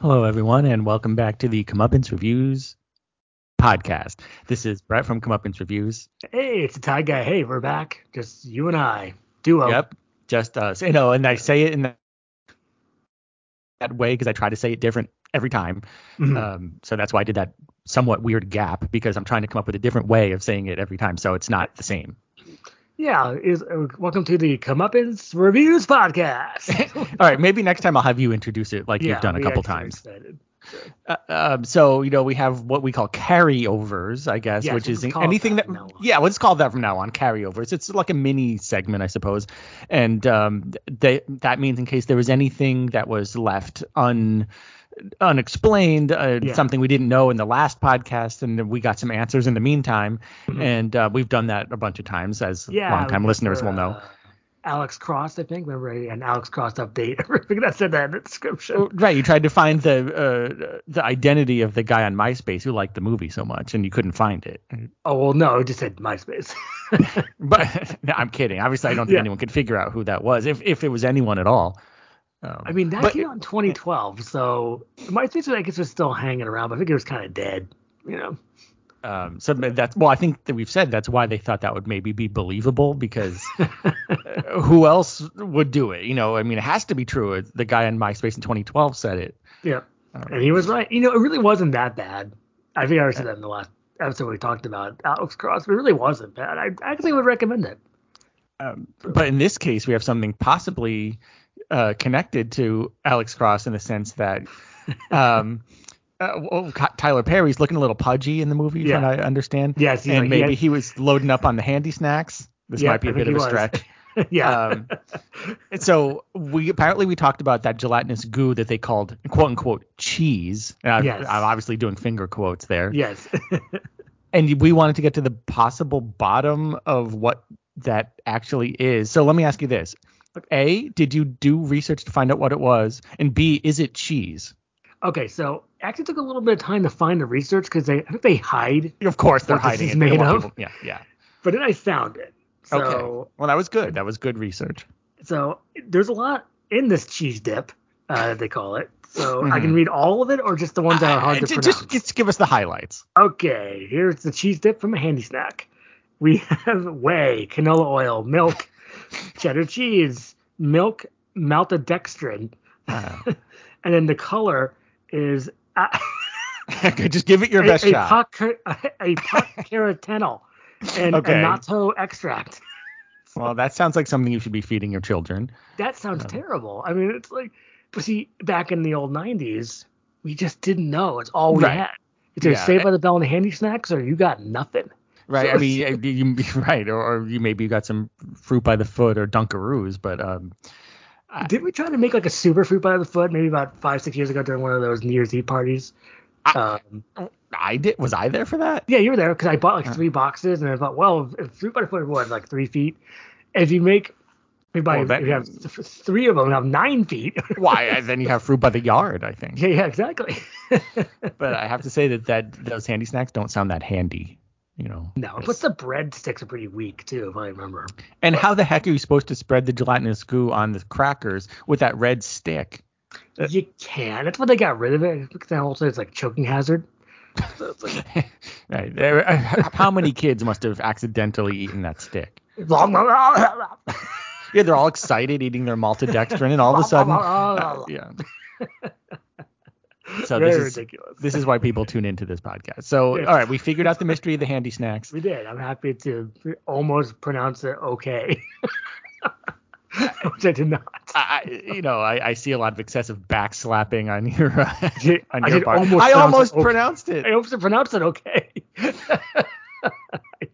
Hello, everyone, and welcome back to the Comeuppance Reviews podcast. This is Brett from Comeuppance Reviews. Hey, it's a Thai guy. Hey, we're back. Just you and I. Duo. Yep, just us. You know, and I say it in that- that way because I try to say it different every time. Mhm. Um, so that's why I did that somewhat weird gap because I'm trying to come up with a different way of saying it every time, so it's not the same. yeah. Is uh, welcome to the Comeuppance Reviews podcast. All right, maybe next time I'll have you introduce it like Yeah, you've done a we couple actually times. said Uh, um, so you know we have what we call carryovers, I guess, Yes, which we'll is just call it anything that that, from now on. yeah, let's call it that from now on carryovers. It's like a mini segment, I suppose, and um, they, that means in case there was anything that was left un unexplained, uh, Yeah. something we didn't know in the last podcast, and then we got some answers in the meantime, and uh, we've done that a bunch of times, as it. Mm-hmm. Yeah. longtime we listeners were, will know. uh, Alex Cross, I think. Remember an Alex Cross update? I think that said that in the description. Right, you tried to find the uh, the identity of the guy on MySpace who liked the movie so much, and you couldn't find it. Oh well, no, it just said MySpace. But no, I'm kidding. Obviously, I don't think Yeah. anyone could figure out who that was, if if it was anyone at all. Um, I mean, that But- came out in 2012, so MySpace, I guess, was still hanging around, but I think it was kind of dead. You know. um, so that's well, I think that we've said that's why they thought that would maybe be believable because uh, who else would do it? You know, I mean, it has to be true. It's- The guy on MySpace in 2012 said it. Yeah. All right. And he was right. You know, it really wasn't that bad. I think I already said that in the last episode we talked about Alex Cross, but it really wasn't bad. I actually would recommend it. Um, but in this case, we have something possibly uh, connected to Alex Cross in the sense that um, uh, well, Ky- Tyler Perry's looking a little pudgy in the movie, Yeah. from what I understand. Yes, he's and like- maybe yeah. he was loading up on the handy snacks. This Yeah, might be I a bit of think a he was. stretch. yeah. Um, and so we apparently we talked about that gelatinous goo that they called quote unquote cheese. And I'm, Yes. I'm obviously doing finger quotes there. yes. And we wanted to get to the possible bottom of what that actually is. So let me ask you this: A, did you do research to find out what it was? And B, is it cheese? okay, so actually took a little bit of time to find the research because they I think they hide, Of course, they're What this hiding is it. They don't made want of? people- yeah, yeah. but then I found it. So okay. Well, that was good. That was good research. so there's a lot in this cheese dip, uh, they call it. So I can Mhm. read all of it or just the ones that are hard Uh, to ju- pronounce. just, just give us the highlights. Okay, here's the cheese dip from a handy snack. We have whey, canola oil, milk, cheddar cheese, milk, maltodextrin, Uh, and then the color is a, okay, just give it your a, best a shot. poc- a pocarotenol and Okay. a natto extract. Well, that sounds like something you should be feeding your children. That sounds Yeah. terrible. I mean, it's like, but see, back in the old '90s, we just didn't know. It's all we Right. had. It's either Yeah, Saved by the Bell and Handy Snacks, or you got nothing. Right. I So- mean, uh, you, you- right, or, or you maybe you got some fruit by the foot or Dunkaroos, but um, I- Did we try to make like a super fruit by the foot maybe about five six years ago during one of those New Year's Eve parties? I, Um, I did. Was I there for that? yeah, you were there because I bought like Uh. three boxes and I thought, well, if fruit by the foot was like three feet, if you make if you, buy, Well, that- if you have th- three of them and have nine feet, Why? and then you have fruit by the yard, I think. yeah, yeah, exactly. But I have to say that that those handy snacks don't sound that handy, you know. no, plus the bread sticks are pretty weak too, if I remember. And how the heck are you supposed to spread the gelatinous goo on the crackers with that red stick? Uh. you can. That's why they got rid of it. Because then also it's like choking hazard. So it's like, Right. there- How many kids must have accidentally eaten that stick? Yeah, they're all excited eating their maltodextrin, and all of a sudden, uh, yeah. So Very this is ridiculous. this is why people tune into this podcast. So Yeah. all right, we figured out the mystery of the handy snacks. We did. I'm happy to almost pronounce it okay. Which I did not. I, I- you know, I, I see a lot of excessive back slapping on your uh, did- on I your did part. almost I pronounce it Oh. almost okay. pronounced it. I hope to pronounce it okay.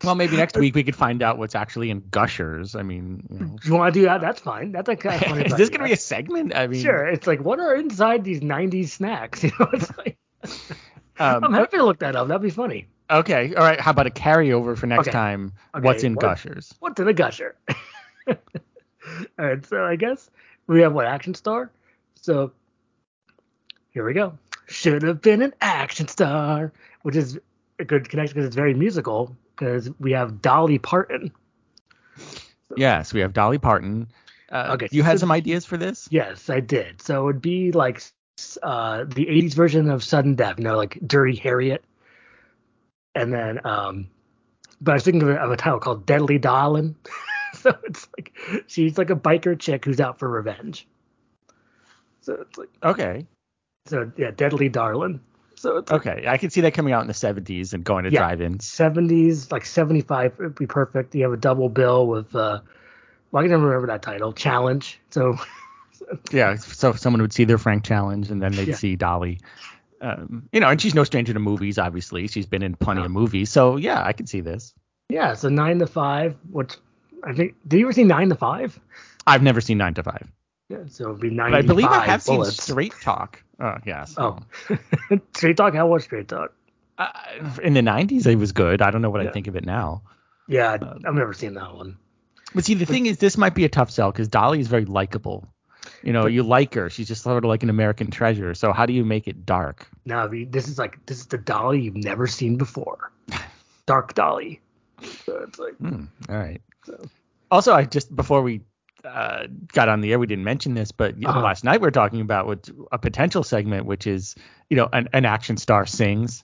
Well, maybe next week we could find out what's actually in gushers. I mean, you know. If you want to do that, that's fine. That's a kind of funny is this gonna be a segment? I mean, Sure. It's like what are inside these '90s snacks? You know, it's like I'm Um, happy to look that up. That'd be funny. okay, all right. How about a carryover for next Okay. time? Okay, What's in what- gushers? What's in a gusher? All right. So I guess we have what action star. So here we go. Should have been an action star, which is a good connection because it's very musical. Because we have Dolly Parton. Yes, we have Dolly Parton. Uh, Okay, you had so- some ideas for this? Yes, I did. So it would be like uh, the 80s version of Sudden Death, you know, like Dirty Harriet. And then, um, but I was thinking of a, of a title called Deadly Darling. so it's like she's like a biker chick who's out for revenge. So it's like Okay. so yeah, Deadly Darling. So it's Okay. I can see that coming out in the 70s and going to Yeah. drive-ins. 70s, like 75 would be perfect. You have a double bill with, uh, well, I can never remember that title, Challenge. So Yeah. So someone would see their Frank challenge and then they'd Yeah. see Dolly. Um, you know, and she's no stranger to movies, obviously. She's been in plenty of movies. So yeah, I can see this. yeah, so nine to five, which I think, did you ever see nine to five? I've never seen Nine to Five, Yeah, so it'd be nine. but I believe I have bullets. seen Straight Talk. Oh yes. Oh, straight talk. How was straight talk? Uh, in the 90s, it was good. I don't know what I Yeah. think of it now. Yeah, Uh, I- I've never seen that one. But see, the thing is, this might be a tough sell because Dolly is very likable. You know, you like her. She's just sort of like an American treasure. So how do you make it dark? Now if you- this is like this is the Dolly you've never seen before, Dark Dolly. So it's like Hmm, all right. So- Also, I just before we uh, got on the air, we didn't mention this, but you know, Uh-huh. last night we were talking about what a potential segment, which is you know an, an action star sings.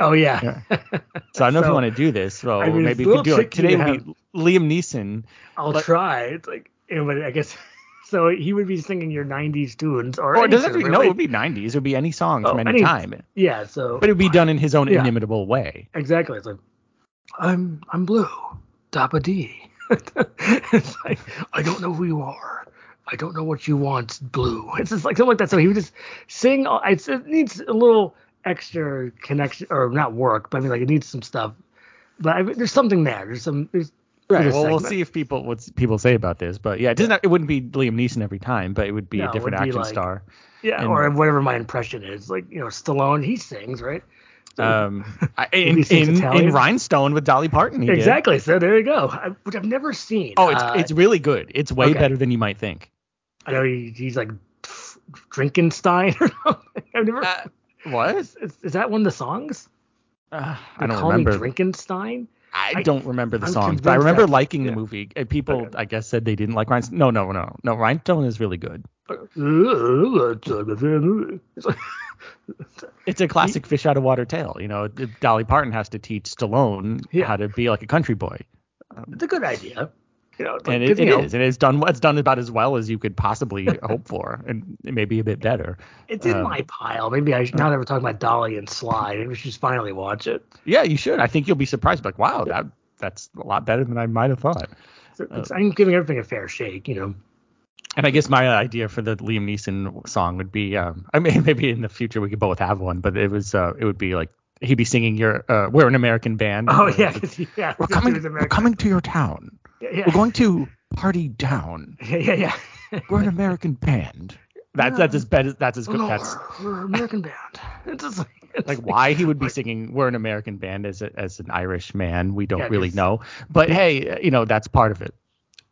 oh yeah, So I don't know if you So, want to do this. So I mean, maybe it's we a could do little it tricky today. to Would be Liam Neeson. I'll But- try. It's like yeah, but I guess so. He would be singing your '90s tunes Or or, it any doesn't have to be, tune, Oh, no, it really. would be 90s. It would be any song Oh, from any, any- time. yeah. So But it would be done in his own Yeah. inimitable way. exactly. It's like I'm I'm blue, Dapper D. it's like I don't know who you are. I don't know what you want, blue. It's just like something like that. So he would just sing. all- It's, it needs a little extra connection, or not work, but I mean like it needs some stuff. But I, there's something there. There's some. There's, Right. there's a Well, we'll segment. see if people what people say about this, but yeah, it doesn't. It wouldn't be Liam Neeson every time, but it would be No, a it different would be action like- star. Yeah, and- or whatever my impression is. Like you know, Stallone, he sings right. So- Um, I- in, he sings in, in Italian. Rhinestone with Dolly Parton. he did. exactly. So there you go. I, which I've never seen. Oh, it's Uh, it's really good. It's way okay. better than you might think. I know he, he's like drinking Stein or something. I've never. Uh, what? is, is, is that one of the songs? Uh, They I don't call me remember. Drinkenstein. I I- don't remember the I'm songs, but I convinced remember that- liking the yeah. movie. And people, Okay. I guess, said they didn't like Rhinestone. No, no, no, no. Rhinestone is really good. It's like- It's a classic fish out of water tale. You know, Dolly Parton has to teach Stallone Yeah. how to be like a country boy. it's a good idea. You know, and like, it, 'cause, you it know, is, and it's done. It's done about as well as you could possibly hope for, and maybe a bit better. It's in um, my pile. Maybe I should, Uh-huh. now that we're talking about Dolly and Sly, maybe we should just finally watch it. Yeah, you should. I think you'll be surprised. Like, wow, that that's a lot better than I might have thought. So Uh-huh. it's- I'm giving everything a fair shake, you know. And I guess my idea for the Liam Neeson song would be, um, I mean, maybe in the future we could both have one, but it was, uh, it would be like he'd be singing your, uh, we're an American band. Oh Uh, yeah, 'cause- yeah. we're it's coming, with we're America. coming to your town. Yeah, yeah. We're going to party down. yeah, yeah, yeah. We're an American band. That's that's as bad. as- That's as Oh, good. no, That's we're, we're American band. It's just like, it's like why he would be singing we're an american band as a, as an irish man we don't Yeah, really 'cause- know but hey you know that's part of it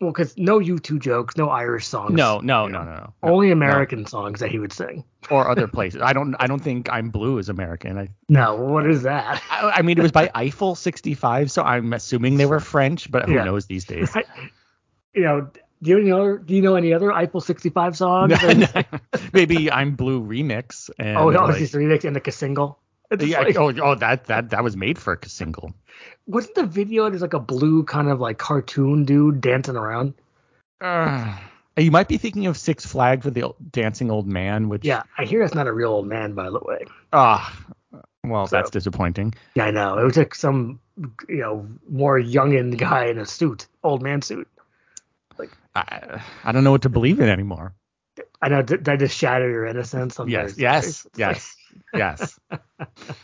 well, because no U2 jokes, no Irish songs. no no Yeah. no no, no. only American songs that he would sing. or other places i don't i don't think i'm blue is american I, No, what is that? I i mean it was by eiffel 65 so i'm assuming they were french but who Yeah. knows these days I, you know, do you know do you know any other Eiffel 65 songs? No, Or- no. maybe i'm blue remix and oh, yeah, like- it's the remix and the single. It's yeah, like, oh, oh, that that that was made for a single. wasn't the video there's like a blue kind of like cartoon dude dancing around? Uh, you might be thinking of Six Flags with the old- dancing old man, which Yeah, I hear that's not a real old man, by the way. ah, well, So- that's disappointing. Yeah, I know. It was like some you know more youngin guy in a suit, old man suit. I, I don't know what to believe in anymore. I know did that just shatter your innocence. I'm Yes, very yes, sorry. It's yes, yes.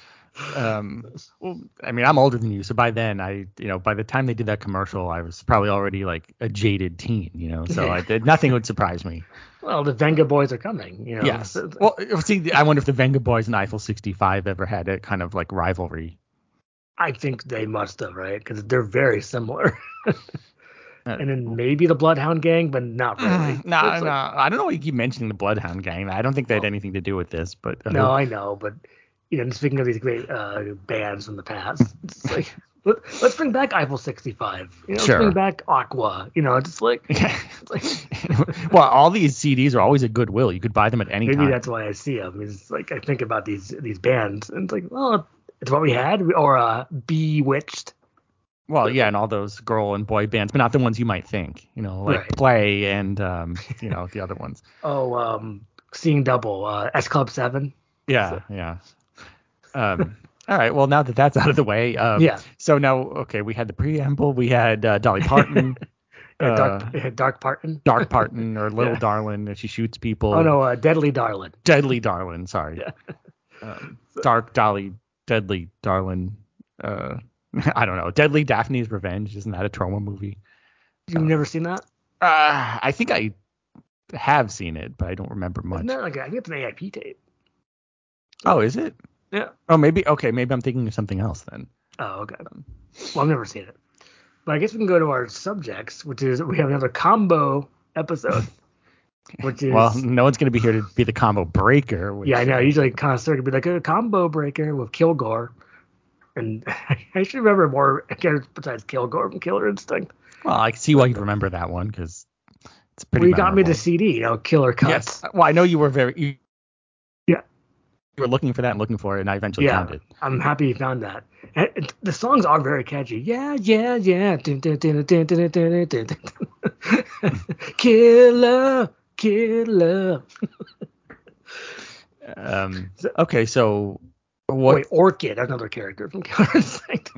Um, well, I mean, I'm older than you, so by then, I, you know, by the time they did that commercial, I was probably already like a jaded teen, you know. So I, did- nothing would surprise me. like, well, the Venga boys are coming. You know. Yes. So- Well, see, I wonder if the Venga Boys and Eiffel 65 ever had a kind of like rivalry. I think they must have, right? Because they're very similar. Uh, and then maybe the Bloodhound Gang, but not really. Mm-hmm. no, It's no, like- I don't know why you keep mentioning the Bloodhound Gang. I don't think they had anything to do with this, but uh, no, I know, but you know, speaking of these great uh, bands from the past, it's like Let, let's bring back Eiffel 65. You know, Sure. Let's bring back Aqua. You know, just like, Yeah. it's like well, all these CDs are always at Goodwill. You could buy them at any maybe time. that's why I see them. Is like I think about these these bands, and it's like, well, it's what we had, or uh, Bewitched. well, yeah, and all those girl and boy bands, but not the ones you might think. You know, like Right. Play and um, you know the other ones. Oh, um, Seeing Double, uh, S Club Seven. Yeah, yeah. Um, all right. Well, now that that's out of the way, um, yeah, So now, okay, we had the preamble. We had uh, Dolly Parton, yeah, uh, Dark, yeah, Dark Parton. Dark Parton, or Little Yeah. Darlin' if she shoots people. Oh no, uh, Deadly Darlin. Deadly Darlin'. Sorry. Yeah. Um, Dark Dolly, Deadly Darlin'. Uh, I don't know. Deadly Daphne's Revenge. Isn't that a trauma movie? oh, You've never seen that? Uh, I think I have seen it, but I don't remember much. Isn't that like a, I think it's an AIP tape. Oh, is it? Yeah. Oh, maybe. Okay, maybe I'm thinking of something else then. Oh, okay. Well, I've never seen it. But I guess we can go to our subjects, which is we have another combo episode, which is Well, no one's going to be here to be the combo breaker. Which, yeah, I know. Usually, concert could be like a combo breaker with Kilgore, and I should remember more characters besides Kilgore from Killer Instinct. Well, I see why you remember that one because it's pretty. well, you got me memorable. the CD, you know, Killer Cuts. Yes. Well, I know you were very. You, Yeah. You were looking for that and looking for it, and I eventually Yeah. found it. I'm happy you found that. And it- the songs are very catchy. Yeah, yeah, yeah. Dun, dun, dun, dun, dun, dun, dun, dun, dun. Killer, killer. Um, okay, so what? Wait, Orchid, another character from Killer Instinct.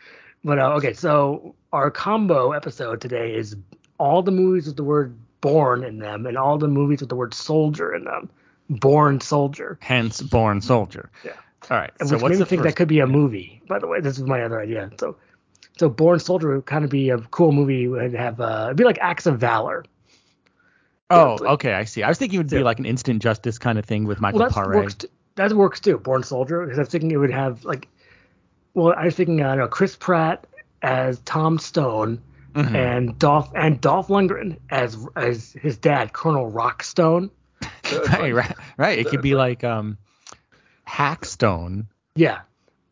but uh, okay, so our combo episode today is all the movies with the word "born" in them, and all the movies with the word "soldier" in them. Born soldier. Hence, born soldier. Yeah. All right. And so which what's made me the think first? that could be a movie. By the way, this is my other idea. So, so Born Soldier would kind of be a cool movie. Would have uh, it'd be like Acts of Valor. oh, like- okay. I see. I was thinking it would be Yeah. like an instant justice kind of thing with Michael Well, that Paré. works. T- that works too. Born Soldier, because I was thinking it would have like, well, I was thinking I don't know Chris Pratt as Tom Stone Mhm. and Dolph and Dolph Lundgren as as his dad Colonel Rockstone. right, right, right. It could be like um, Hackstone. Yeah, Uh,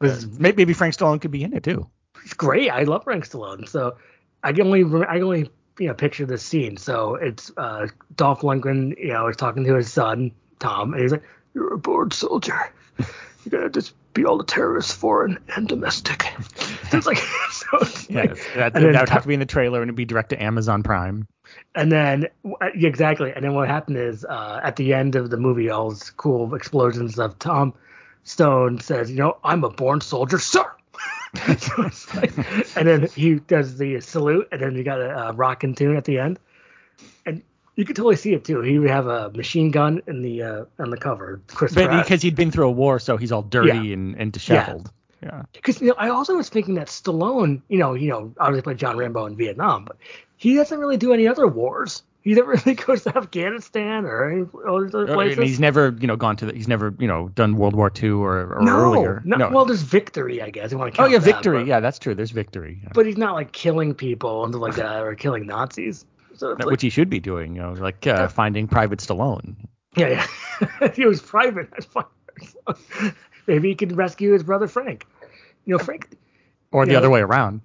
was may- Maybe Frank Stallone could be in it too. it's great. I love Frank Stallone. So I can only rem- I can only you know picture this scene. So it's uh, Dolph Lundgren, you know, is talking to his son Tom, and he's like, "You're a born soldier. You're gonna just be all the terrorists, foreign and domestic." So it's like, so it's Yeah, like- that, that and then would have Tom- to be in the trailer, and it'd be direct to Amazon Prime. and then uh, yeah, exactly. And then what happened is uh, at the end of the movie, all this cool explosions and stuff. Tom Stone says, "You know, I'm a born soldier, sir." so it's like, and then he does the salute, and then you got a uh, rockin' tune at the end, and you could totally see it too. He would have a machine gun in the uh, on the cover. Chris But Pratt. because he'd been through a war, so he's all dirty and, and disheveled. Yeah. because you know, I also was thinking that Stallone, you know, you know, obviously played John Rambo in Vietnam, but he doesn't really do any other wars. He never really goes to Afghanistan or any other Uh, places. And he's never, you know, gone to the, he's never, you know, done World War II or, or no, earlier. no, well, there's victory, I guess. You want to oh count yeah, that, victory. but, yeah, that's true. There's victory. yeah. but he's not like killing people and like that, or killing Nazis. So it's That- like, Which he should be doing, you know, like uh, finding Private Stallone. yeah, yeah. he was private. That's fine. Maybe he could rescue his brother Frank. You know, Frank, Or the Yeah. other way around.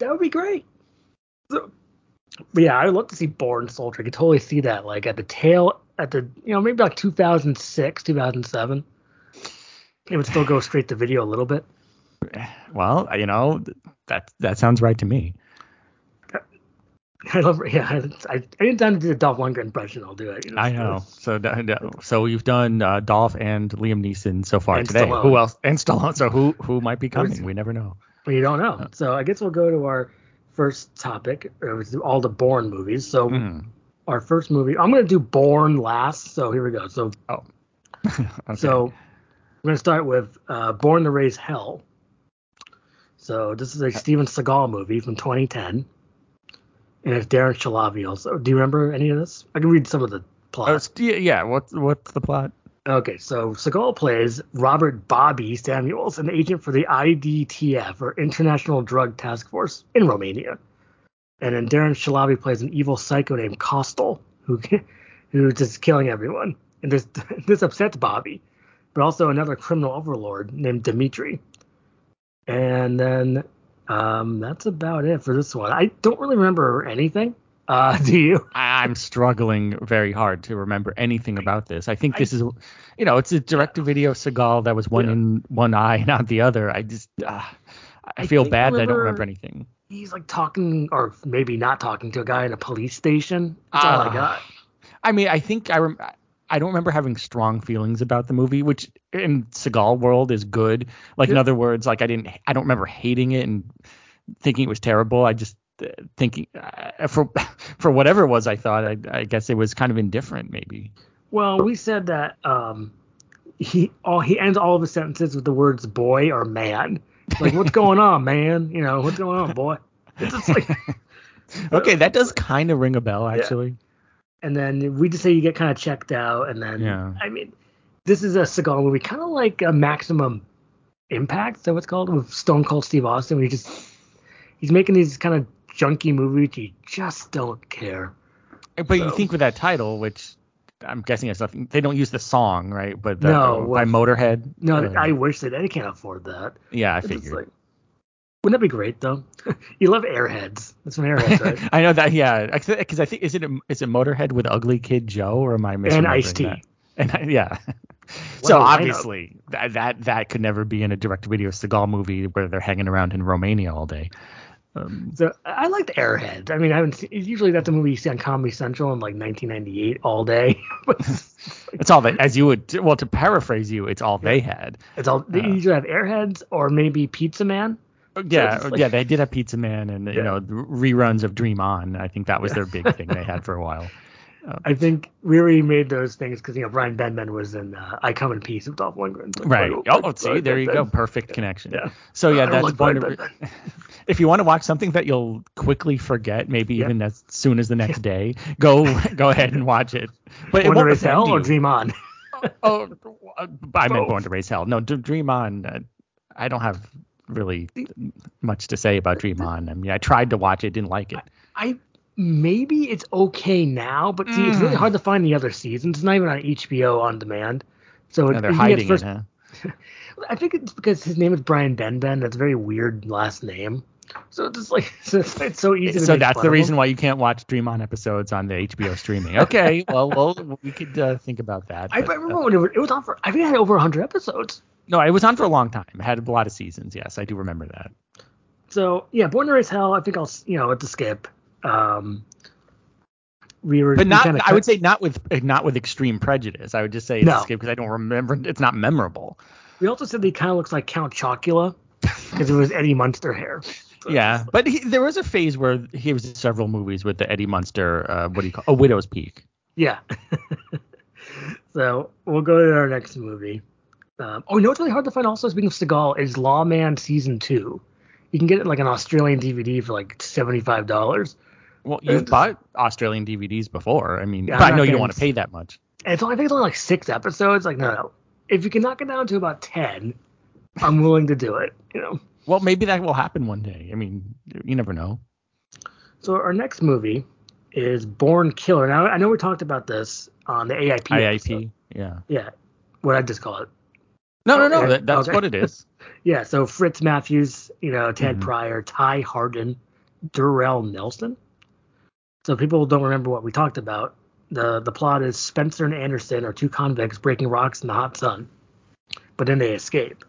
That would be great. So, but yeah, I would love to see Born Soldier. I could totally see that, like at the tail, at the you know maybe like 2006, 2007. It would still go straight to video a little bit. Well, you know, th- that that sounds right to me. I love, yeah. I, I didn't time to do the Dolph Lundgren impression. I'll do it. you I know. So da- da- so you've done uh, Dolph and Liam Neeson so far And today. Stallone. Who else? And Stallone. So who who might be Where's- coming? We never know. But you don't Uh, know. So I guess we'll go to our first topic. uh, It was all the Born movies. So Mm. our first movie, I'm gonna do Born last. So here we go. So Oh. Okay. So we're going to start with uh, Born to Raise Hell. So this Uh, is a Steven Seagal movie from 2010. And it's Darren Shalavi also. Do you remember any of this? I can read some of the Oh, plot. it's- yeah, yeah. What what's the plot? Okay, so Seagal plays Robert Bobby Samuels, an agent for the IDTF, or International Drug Task Force, in Romania. And then Darren Shalabi plays an evil psycho named Costel, who who's just killing everyone. And this this upsets Bobby, but also another criminal overlord named Dimitri. And then Um, that's about it for this one. I don't really remember anything. Uh, do you? I- I'm struggling very hard to remember anything about this. I think this is, you know, it's a direct-to-video Seagal that was one Yeah. in one eye and out the other. I just, uh, I I feel think I bad that I don't remember- remember anything. He's like talking, or maybe not talking to a guy in a police station. That's all Ah. I got. I mean, I think I rem- I don't remember having strong feelings about the movie, which in Seagal world is good. Like in Yeah. other words, like I didn't, I don't remember hating it and thinking it was terrible. I just uh, thinking uh, for for whatever it was, I thought I, I guess it was kind of indifferent, maybe. Well, we said that um, he all he ends all of his sentences with the words "boy" or "man." Like, what's going on, man? You know, what's going on, boy? It's just like, Okay, that does kind of ring a bell, actually. and then we just say you get kind of checked out, and then Yeah. I mean, this is a Seagal movie, kind of like a Maximum Impact, so it's called with Stone Cold Steve Austin. where he just he's making these kind of junky movies you just don't care. But you So- think with that title, which I'm guessing has nothing. They don't use the song, right? But the, No, by well- Motorhead. No, Uh, I wish that they can't afford that. yeah, I It's just figured. like- wouldn't that be great though? you love Airheads. That's from Airheads, right? I know that, yeah, because I think is it is it Motorhead with Ugly Kid Joe or am I misremembering and Ice T. that? And I, yeah, What so a lineup. obviously that, that that could never be in a direct-to-video Seagal movie where they're hanging around in Romania all day. Um, So I liked Airheads. I mean, I haven't. Seen, usually that's a movie you see on Comedy Central in like 1998 all day. But it's all that, as you would well to paraphrase you, it's all they had. it's all they Yeah. usually have Airheads or maybe Pizza Man. Yeah, just like- yeah, they did have Pizza Man and you Yeah. know reruns of Dream On. I think that was their big thing they had for a while. I think we already made those things because you know Brian Benman was in uh, I Come in Peace with Dolph Lundgren. Like, Right. like, Oh, like, see, like, there you like, go. like, Perfect connection. Yeah. So I yeah, that's like one. Brian of- if you want to watch something that you'll quickly forget, maybe Yeah. even as soon as the next day, go go ahead and watch it. But it Born to won't Raise offend Hell or you. Dream Oh. On. Oh, uh, I meant Both. Born to Raise Hell. No, D- Dream On. Uh, I don't have really much to say about Dream On. I mean, I tried to watch it, didn't like it. I maybe it's okay now, but see, it's really Mm. hard to find the other seasons. It's not even on HBO on demand. So it, And they're you can get hiding first- it, huh? I think it's because his name is Brian Benben. That's a very weird last name. So it's just like so it's, it's so easy. To So make that's fun the of reason him. why you can't watch Dream On episodes on the HBO streaming. Okay, well, well, we could uh, think about that. I, I but, uh, remember when it was, it was on for. I think it had over 100 episodes. No, it was on for a long time. It had a lot of seasons. Yes, I do remember that. So yeah, Born to Raise Hell. I think I'll s- you know it's a skip. Um, we were But we not. kinda I would cut- say not with eh, not with extreme prejudice. I would just say it's No. escape because I don't remember. It's not memorable. we also said that he kind of looks like Count Chocula because it was Eddie Munster hair. So yeah, but he, there was a phase where he was in several movies with the Eddie Munster. Uh, what do you call a widow's peak? Yeah. so we'll go to our next movie. Um, oh, you know what's really hard to find also, speaking of Seagal, is Lawman Season 2. You can get it like an Australian DVD for like $75. Well, you've It's- bought Australian DVDs before. I mean, Yeah, but I'm I know not you don't gonna- want to pay that much. And it's only, I think it's only like six episodes. Like, no, no. If you can knock it down to about 10, I'm willing to do it, you know. Well, maybe that will happen one day. I mean, you never know. So our next movie is Born Killer. Now, I know we talked about this on the AIP. IIP. episode. Yeah. Yeah. What I just call it. No, no, Oh, no. yeah, That, that's okay. what it is. Yeah, so Fritz Matthews, you know, Ted Mhm. Pryor, Ty Harden, Durrell Nelson. So people don't remember what we talked about. The the plot is Spencer and Anderson are two convicts breaking rocks in the hot sun, but then they escape.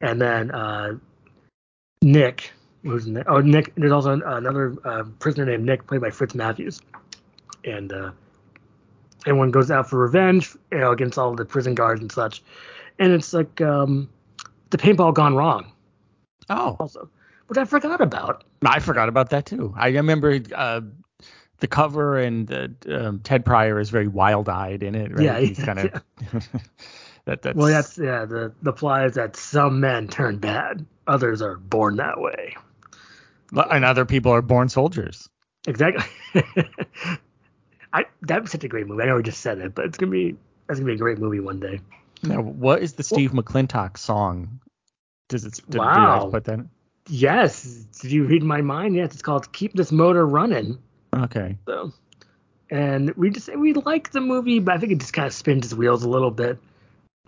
And then uh, Nick, who's Nick? Oh, Nick. There's also an- another uh, prisoner named Nick, played by Fritz Matthews, and uh, everyone goes out for revenge, you know, against all the prison guards and such. And it's like um, the paintball gone wrong Oh. also, which I forgot about. I forgot about that too. I remember uh, the cover and uh, um, Ted Pryor is very wild-eyed in it. Right? Yeah, he's yeah, kind of. that, that's, Well, that's yeah. The the plot is that some men turn bad, others are born that way. and other people are born soldiers. Exactly. I that was such a great movie. I know we just said it, but it's gonna be that's gonna be a great movie one day. Now, what is the Steve McClintock song? Does it? Did, Do Wow. you guys put that? in? Yes. Did you read my mind? Yes. It's called Keep This Motor Running. Okay. So, and we just we liked the movie, but I think it just kind of spins its wheels a little bit.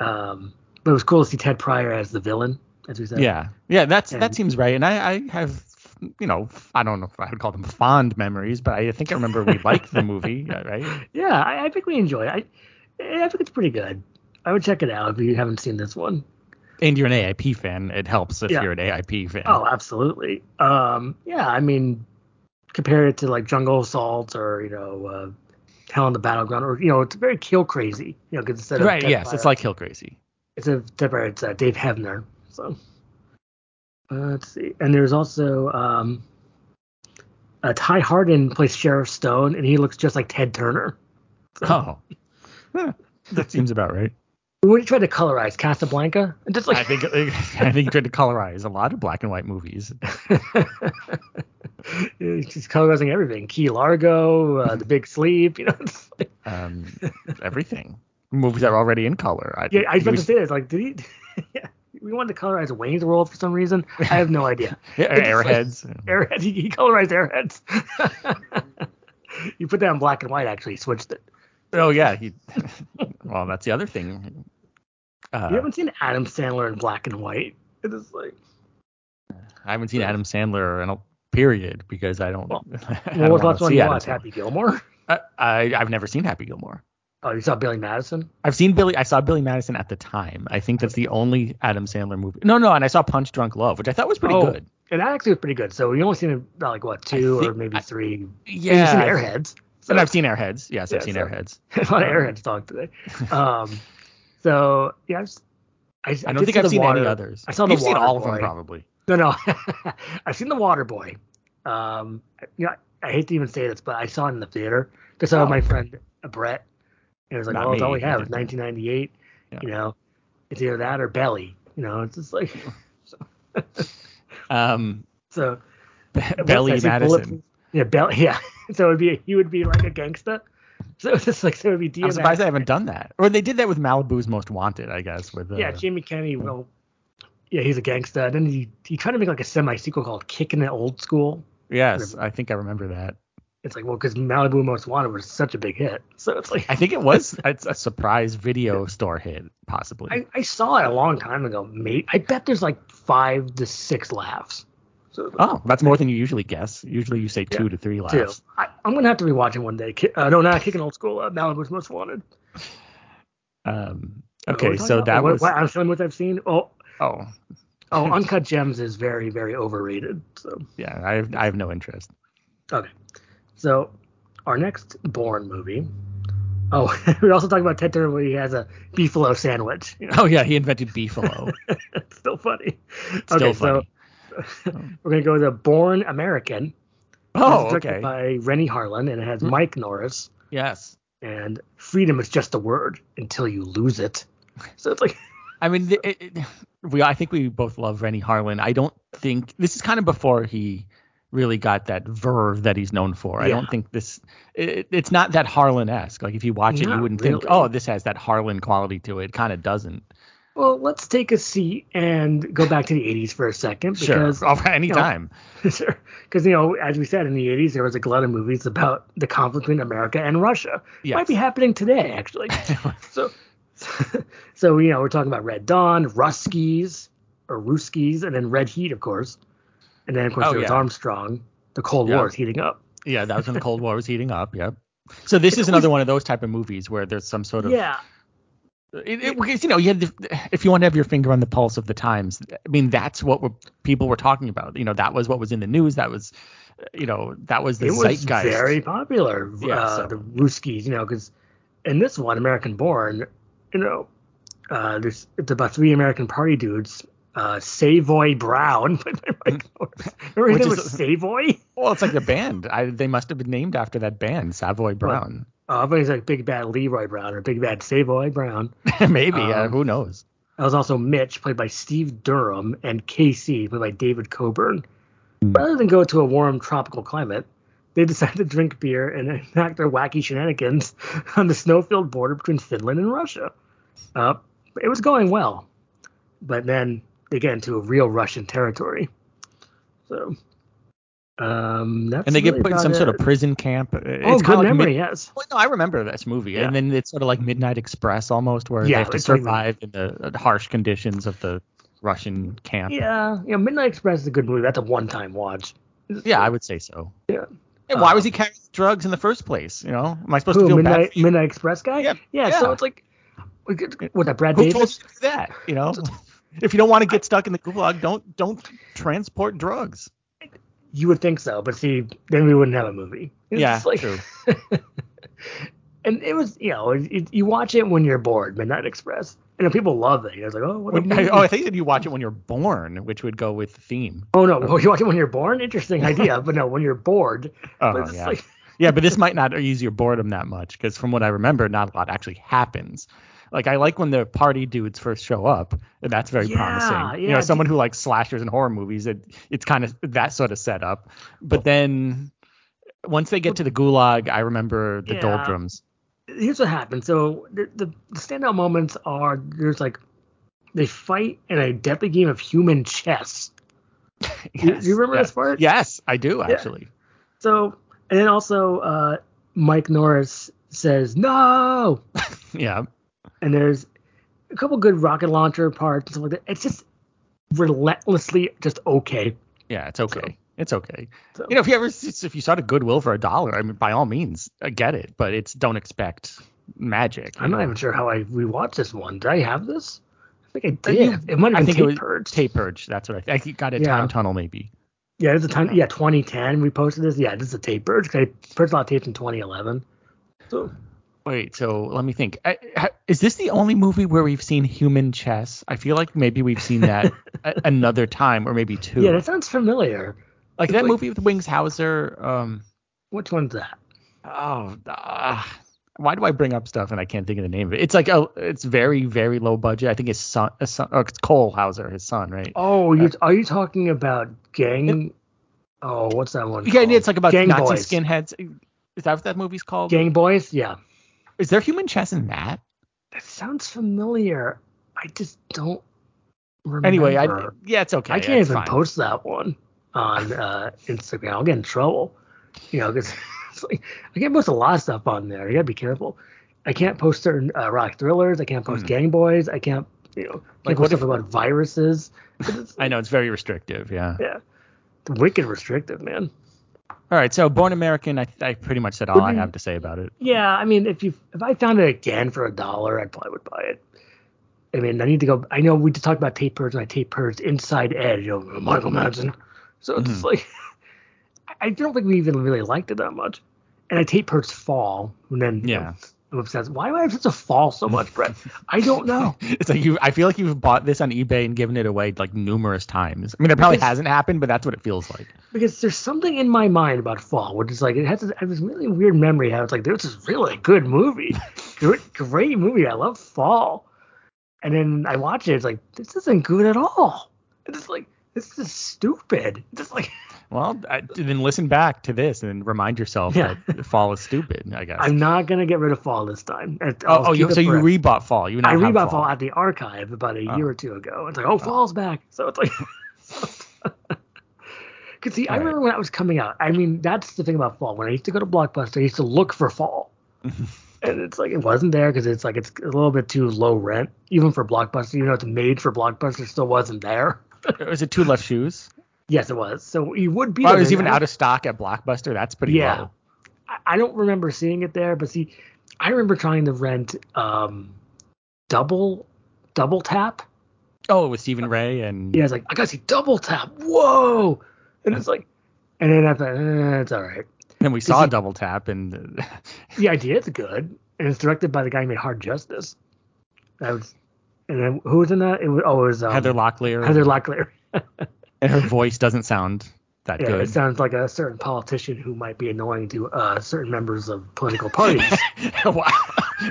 Um, but it was cool to see Ted Pryor as the villain. as we said. Yeah, yeah, that's that And- seems right. And I, I have, you know, I don't know if I would call them fond memories, but I think I remember we liked the movie, yeah, right? Yeah, I, I think we enjoy it. I, I think it's pretty good. I would check it out if you haven't seen this one. And you're an AIP fan. It helps if Yeah. you're an AIP fan. Oh, absolutely. Um, yeah, I mean, compare it to like Jungle Assault or you know, uh, Hell on the Battleground, or you know, it's very kill crazy. You know, 'cause instead of right. Ted Yes, Fire- it's like Hill Crazy. it's a Tepper, it's uh, Dave Hebner. So uh, let's see. And there's also um, uh, Ty Harden plays Sheriff Stone, and he looks just like Ted Turner. Oh, Huh, that seems about right. What did you try to colorize Casablanca? And just I like think I think you tried to colorize a lot of black and white movies. he's colorizing everything. Key Largo, uh, The Big Sleep. You know, it's like, um, everything. Movies that are already in color. I, yeah, I was about to movies- say this. Like, did he? yeah, we wanted to colorize Wayne's World for some reason. I have no idea. Yeah, it's like- Airheads. Airheads. He, he colorized Airheads. you put that in black and white. Actually, he switched it. oh yeah. He, well, that's the other thing. Uh, you haven't seen Adam Sandler in black and white. It is like, I haven't seen Adam Sandler in a period because I don't. Well, I what was don't the want last to one see you Adam watched? Sandler. Happy Gilmore. I, I I've never seen Happy Gilmore. Oh, you saw Billy Madison. I've seen Billy. I saw Billy Madison at the time. I think that's the only Adam Sandler movie. No, no, and I saw Punch Drunk Love, which I thought was pretty Oh, good. And that actually was pretty good. So we only seen about like what two or think- maybe I- three. And Yeah, You've seen I- Airheads. So and I've seen Airheads. Yes, I've Yeah, seen so- Airheads. a lot of Airheads talk today. Um, so yeah, I, just, I, I did don't think see I've the seen water. any others. I saw The You've seen Water all of them Boy. probably. No, no, I've seen The Water Boy. Um, you know, I, I hate to even say this, but I saw it in the theater because I Oh. saw my friend uh, Brett. And it was like, Not well, it's all we me. have. It's 1998. Yeah. You know, it's either that or Belly. You know, it's just like Um, so. Be- I Belly see Madison. Bullet- Yeah, Belly. Yeah, so it'd be he would be like a gangster. So it's just like so it'd be DMX. I'm surprised they haven't done that. Or they did that with Malibu's Most Wanted, I guess. With uh, Yeah, Jamie Kennedy will. Yeah, he's a gangster. And then he he tried to make like a semi sequel called "Kicking It Old School." yes, I think I remember that. It's like well, because Malibu Most Wanted was such a big hit, so it's like I think it was it's a surprise video store hit, possibly. I, I saw it a long time ago, mate. I bet there's like five to six laughs. So oh, that's more than you usually guess. Usually you say two to three two. laughs. I, I'm gonna have to rewatch it one day. Ki- Uh, no, not "Kicking Old School." Uh, Malibu's Most Wanted. Um, What are we okay, talking so about? that What- was what- I'm showing what I've seen. Oh, oh oh, Uncut Gems is very very overrated. So yeah, I have, I have no interest. Okay. So our next Born movie. Oh, we also talked about Ted Turner where he has a beefalo sandwich. You know, Oh yeah, he invented beefalo. it's still funny. It's Still okay, funny. so we're gonna go with a Born American. oh It's directed okay. Hmm. By Rennie Harlan and it has Mike Norris Yes. and freedom is just a word until you lose it. So it's like I mean, th- it, it, we I think we both love Rennie Harlan. I don't think this is kind of before he really got that verve that he's known for. I Yeah. don't think this it, it's not that Harlan-esque. Like if you watch it, you Not wouldn't think, really. oh, this has that Harlan quality to it. It kind of doesn't. well, let's take a seat and go back to the 80s for a second Sure, because All- any you know, time. Sure. Because, you know, as we said in the 80s, there was like, a lot of movies about the conflict between America and Russia. Yes. Might be happening today, actually. so, so, you know, we're talking about Red Dawn, Ruskies, or Ruskies, and then Red Heat, of course. And then, of course, Oh, there was yeah. Armstrong. The Cold Yeah. War is heating up. Yeah, that was when the Cold War was heating up. Yep. So this is another one of those type of movies where there's some sort of Yeah. It, it, because you know, you had the, if you want to have your finger on the pulse of the times, I mean, that's what we people were talking about. You know, that was what was in the news. That was, uh, you know, that was the It was zeitgeist. very popular. Yeah, uh, so- The Ruskies, you know, because in this one, American Born, you know, uh, there's it's about three American Party dudes. Uh, Savoy Brown. Remember his Mm. Which name is- was Savoy? well, it's like the band. I, they must have been named after that band, Savoy Brown. Uh, everybody's like Big Bad Leroy Brown or Big Bad Savoy Brown. Maybe. uh, Um, who knows? That was also Mitch, played by Steve Durham, and KC, played by David Coburn. Hmm. Rather than go to a warm tropical climate, they decided to drink beer and enact their wacky shenanigans on the snow-filled border between Finland and Russia. Uh, it was going well, but then they get into a real Russian territory. So, um, that's And they really get put in about some sort of it. prison camp. Uh, oh, it's good kind of Like memory. mid- yes. well, no, I remember this movie, Yeah. and then it's sort of like Midnight Express almost, where Yeah, they have to it's like- survive in the uh, harsh conditions of the Russian camp. Yeah, yeah. Midnight Express is a good movie. That's a one-time watch. Yeah, I would say so. Yeah. And why was Um, he carrying drugs in the first place? You know, am I supposed to Who, feel Midnight, bad? For you? Midnight Express guy? Yeah, yeah. So it's like, with that Brad Who told Davis? you to do that? You know, if you don't want to get stuck in the gulag, don't don't transport drugs. You would think so, but see, then we wouldn't have a movie. It's yeah, just like- true. and it was, you know, it, it- you watch it when you're bored, Midnight Express. And then people love it. You know, it's like, oh, what a When- I- movie. oh, I think that you watch it when you're born, which would go with the theme. oh, no. Well, you watch it when you're born? Interesting idea. but no, when you're bored. Oh, but it's yeah. like, yeah, but this might not ease your boredom that much because from what I remember, not a lot actually happens. Like I like when the party dudes first show up, and that's very Yeah, promising. you yeah, know, someone who likes slashers and horror movies, it, it's kind of that sort of setup. But then once they get to the gulag, I remember the Yeah. doldrums. here's what happened. So the, the, the standout moments are there's like, they fight in a deadly game of human chess. You- you remember yes. this part? Yes, I do actually. So, and then also, uh, Mike Norris says no, Yeah, and there's a couple good rocket launcher parts and stuff like that. It's just relentlessly just okay. yeah, it's okay. It's okay. So- You know, if you ever if you saw a Goodwill for a dollar, I mean, by all means, uh, get it. But it's don't expect magic. I'm not even sure how I rewatched this one. Did I have this? I think I Uh, did. you- it might I have been think tape it was purged. tape purge. That's what I think. I think got a Yeah. time tunnel maybe. Yeah, there's a time. Yeah, 2010 we posted this. Yeah, this is a tape purge. 'cause I purged a lot of tapes in 2011. So Wait, so let me think. I, ha- is this the only movie where we've seen human chess? I feel like maybe we've seen that a- another time or maybe two. yeah, that sounds familiar. like that like- movie with Wings Hauser. Um, Which one's that? oh, ah, why do I bring up stuff and I can't think of the name of it? It's like a, it's very very low budget. I think his son, his son or it's Cole Hauser, his son, right? Oh, you are you talking about gang? Oh, what's that one? yeah, and called? it's like about Gang Nazi Boys. skinheads. Is that what that movie's called? Gang Boys. Yeah, Is there human chess in that? that sounds familiar. I just don't remember. Anyway, I yeah, it's okay. I can't it's even fine. post that one on uh, Instagram. I'll get in trouble. You know, because like, I can't post a lot of stuff on there. You gotta be careful. I can't post certain uh, rock thrillers. I can't post Hmm. Gang Boys. I can't, you know, Like, like what post stuff if- about viruses. It's, I know it's very restrictive. Yeah. yeah, it's wicked restrictive, man. All right. So Born American, I, I pretty much said all I Wouldn't- have to say about it. Yeah, I mean, if you if I found it again for a dollar, I probably would buy it. I mean, I need to go. I know we just talked about tape purge, and I tape purge Inside Edge, you know, Michael Madsen. So it's just like I- I don't think we even really liked it that much. And I tape purge Fall, and then you know, Yeah. I'm obsessed. Why am I obsessed with Fall so much, Brett? I don't know. It's like you. I feel like you've bought this on eBay and given it away like numerous times. I mean, that probably Because- hasn't happened, but that's what it feels like. because there's something in my mind about Fall, which is like it has this, I have this really weird memory how it's like this is really good movie, great, great movie. I love Fall, and then I watch it. It's like this isn't good at all. It's just like this is stupid. It's just like Well, I, then listen back to this and remind yourself Yeah. that Fall is stupid. I guess. I'm not gonna get rid of Fall this time. It- I'll oh, oh keep you, it so you forever. rebought Fall. You now I have read about Fall. Fall at the archive about a Oh. year or two ago. It's like, Uh. oh, Fall's back. So it's like, because see, I Right. remember when that was coming out. I mean, that's the thing about Fall. When I used to go to Blockbuster, I used to look for Fall, and it's like it wasn't there because it's like it's a little bit too low rent, even for Blockbuster. You know, it's made for Blockbuster, it still wasn't there. Is it two left shoes? Yes, it was. So you would be. Oh, it there. was even I- out of stock at Blockbuster. That's pretty Yeah. low. I- I don't remember seeing it there, but see, I remember trying to rent um, double, double tap. Oh, with Stephen Ray and Yeah, it's like I gotta see double tap. Whoa! And it's like, and then I thought eh, it's all right. then we saw he- Double Tap and. The idea is good, and it's directed by the guy who made Hard Justice. That was, and then who was in that? It was oh, it was um, Heather Locklear. Heather Locklear. and her voice doesn't sound that Yeah, it good. sounds like a certain politician who might be annoying to uh, certain members of political parties. wow.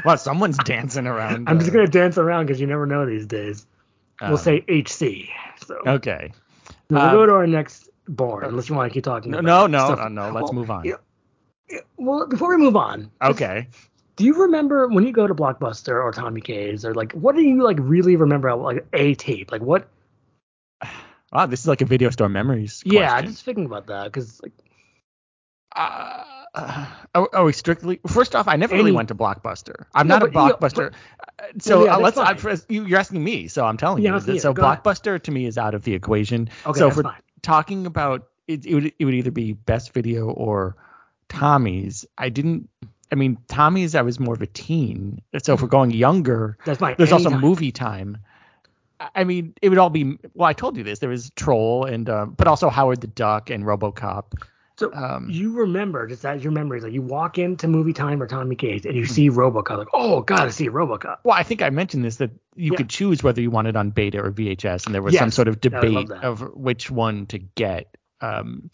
wow, someone's dancing around. I'm just uh, gonna dance around because you never know these days. We'll um, say HC. So Okay. we'll um, go to our next born, unless you want to keep talking. No, no, about no, stuff. no, no, Let's Well, move on. yeah, yeah, Well, before we move on, just Okay. Do you remember when you go to Blockbuster or Tommy K's or like what do you like really remember about, like a tape? Like what? Wow, this is like a video store memories. Yeah, I'm question. just thinking about that because like Uh, uh, are, are we strictly? First off, I never Any- really went to Blockbuster. I'm No, not a but, you know, Blockbuster. uh, so yeah, uh, let's. that's I, fine. you- you're asking me, so I'm telling Yeah, you. I'm asking you. so Go ahead. Blockbuster to me is out of the equation. Okay, so that's if we're fine. talking about it, it would it would either be Best Video or Tommy's. I didn't. I mean, Tommy's. I was more of a teen. So if we're going younger, That's fine. there's also Anytime. movie time. I- I mean, it would all be. Well, I told you this. There was Troll and, uh, but also Howard the Duck and RoboCop. So um, you remember just that your memories like you walk into movie time or Tommy Cage and you Hmm. see RoboCop like oh gotta see RoboCop. Well, I think I mentioned this that you Yeah. could choose whether you wanted on beta or VHS, and there was Yes. some sort of I would love debate that. of which one to get. Um,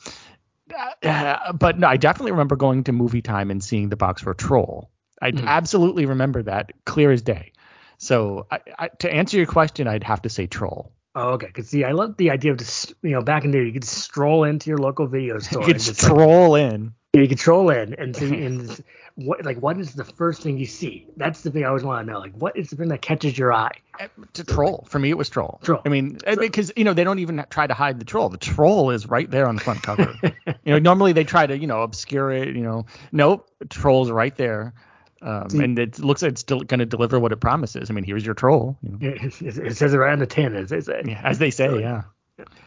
uh, but no, I definitely remember going to movie time and seeing the box for Troll. I Mhm. absolutely remember that clear as day. So I, I, to answer your question, I'd have to say Troll. Oh okay, because see I love the idea of just you know back in there you could stroll into your local video store. you could and just just, troll in. like, you could troll in and see and what like what is the first thing you see? That's the thing I always want to know. Like what is the thing that catches your eye? Uh, To troll. For me, it was troll. Troll. I mean, uh, So- because you know they don't even try to hide the troll. The troll is right there on the front cover. you know, normally they try to you know obscure it. You know, nope, troll's right there, um, See- and it looks like it's still going to deliver what it promises. I mean, here's your troll. You know. It, it, it says it right on the tin as they say. Yeah, as they say, So- yeah.